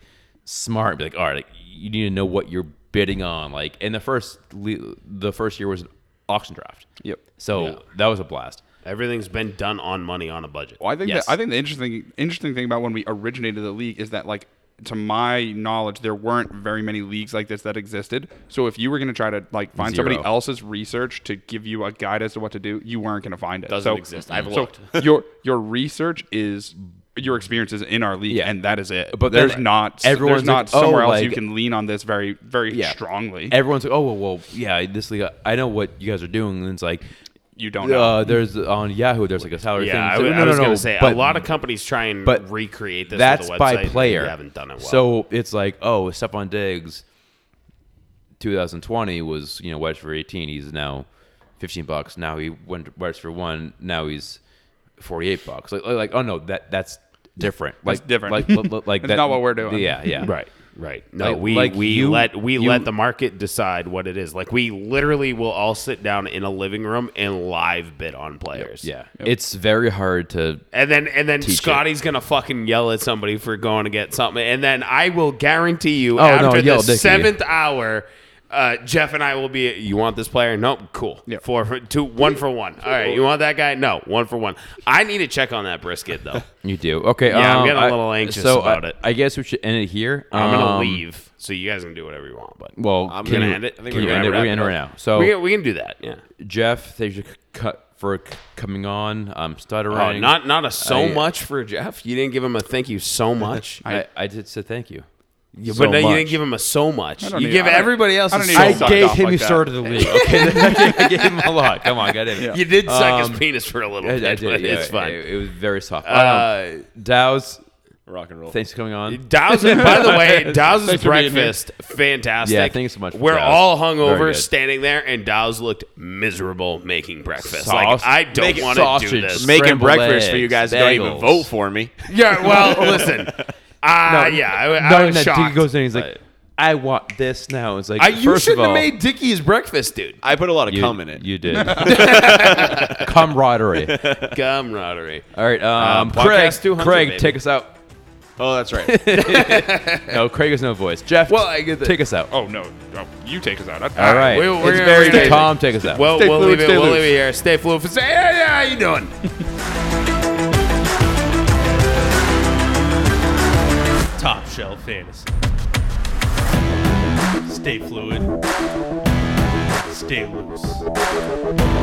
C: smart. Be like, all right, like, you need to know what you're bidding on. Like, and the first le- the first year was an auction draft.
I: Yep.
C: So that was a blast.
B: Everything's been done on money on a budget.
I: Well, I think
C: Yes.
I: that, I think the interesting interesting thing about when we originated the league is that like to my knowledge there weren't very many leagues like this that existed. So if you were going to try to like find
C: Zero.
I: somebody else's research to give you a guide as to what to do, you weren't going to find it.
D: Doesn't
I: so,
D: exist. I've
I: so
D: looked.
I: your your research is your experiences in our league,
C: Yeah.
I: and that is it.
C: But
I: But
C: then
I: there's not
C: everyone's
I: there's not
C: like, oh,
I: somewhere else
C: like-
I: you can lean on this very very
C: Yeah.
I: strongly.
C: Everyone's like, oh well, well, yeah, this league. I know what you guys are doing. And it's like,
I: you don't know.
C: uh, there's on Yahoo, there's like a salary
B: yeah,
C: thing.
B: I,
C: So,
B: w-
C: no,
B: I
C: no,
B: was
C: no,
B: gonna say
C: but
B: a lot of companies try and
C: but
B: recreate this.
C: That's
B: with a website,
C: by
B: and
C: player.
B: You haven't done it well.
C: So it's like, oh, Stephon Diggs, 2020 was you know wedged for 18. He's now 15 bucks. Now he went wedged for one. Now he's 48 bucks. Like, like oh no, that that's different. Like
I: different.
C: Like, li- li- like
I: That's not what we're doing.
C: Yeah, yeah.
B: right, right. No,
C: Like-
B: we
C: like
B: we
C: you-
B: let we
C: you-
B: let the market decide what it is. Like we literally will all sit down in a living room and live bid on players.
C: Yeah, it's very hard to.
B: And then and then
C: Teach it.
B: Scotty's gonna fucking yell at somebody for going to get something. And then I will guarantee you
C: Oh, no,
B: after
C: yell,
B: the
C: Dickie.
B: seventh hour, uh, Jeff and I will be. You want this player? Nope. Cool.
I: Yep.
B: Four for two. One for one. All right. You want that guy? No. One for one. I need to check on that brisket though.
C: You do okay.
B: Yeah, I'm
C: um,
B: getting a
C: I-
B: little anxious
C: so
B: about
C: I,
B: it.
C: I guess we should end it here.
B: I'm gonna
C: Um,
B: leave. So you guys can do whatever you want. But
C: Well,
D: I'm
C: can
B: gonna
C: you-
B: end it. I think we're
C: can you
B: gonna
C: end it?
B: wrap
C: We
B: it
C: end it
B: up.
C: right now. So
B: we can, we can do that. Yeah.
C: Jeff, thanks for c- cut for c- coming on. I'm stuttering.
B: Oh, not not a so
C: I-
B: much for Jeff. You didn't give him a thank you so much.
C: I, I did say thank you.
B: Yeah,
J: so
B: but no, you
J: much.
B: didn't give him a so much.
I: I
B: You
I: don't need-
B: give
I: I don't-
B: everybody else
I: I
B: a
I: don't need
B: so
I: to
J: I
I: suck
B: much.
J: gave
I: off
J: him
I: like
J: the
I: that.
J: start of the league. Okay, I gave him a lot. Come on, got it.
B: You did suck his penis for a little
C: Um, I, I
B: bit,
C: did.
B: but
C: yeah,
B: it's fine.
C: It, it was very soft.
B: Uh,
C: Um, Dow's,
D: Rock and roll.
C: thanks for coming on.
B: Dowsing, by the way, Dowsing's
J: Thanks for being here.
B: breakfast, fantastic.
C: Yeah, thanks so much for
B: We're
C: Dow's.
B: all
C: Very
B: hungover,
C: good.
B: standing there, and Dow's looked miserable making breakfast.
C: Sauce-
B: Like I don't
C: making
B: want to do
C: sausage,
B: this.
C: ma-
D: Making
C: Scrambled
D: breakfast for
C: eggs,
D: you guys. who Don't even
C: bagels.
D: vote for me.
B: yeah, well, listen. Uh, yeah, I, I
J: No,
B: was
J: no,
B: shocked.
J: Diggy goes in. He's like,
C: I want this now. It's like
B: I, you
C: first of
B: shouldn't have
C: all,
B: made Dickie's breakfast, dude.
D: I put a lot of
C: you,
D: cum in it.
C: You did. Camaraderie.
B: Camaraderie.
C: All right, um,
B: Uh, podcast
C: Craig,
B: 200,
C: Craig,
B: baby.
C: take us out.
D: Oh, that's right.
C: No, Craig has no voice. Jeff,
B: Well, I get that-
C: take us out.
I: Oh no, no, you take us out. I,
C: All right,
B: we- we're
C: it's
B: gonna-
C: very
B: we're gonna-
C: Tom, take us out.
B: Well,
I: Stay
B: we'll
I: fluid,
B: leave it.
I: stay
B: We'll
I: loose.
B: leave it here. Stay fluid. For, say, hey, yeah, how you doing?
J: top shelf fantasy. Stay fluid. Stay loose.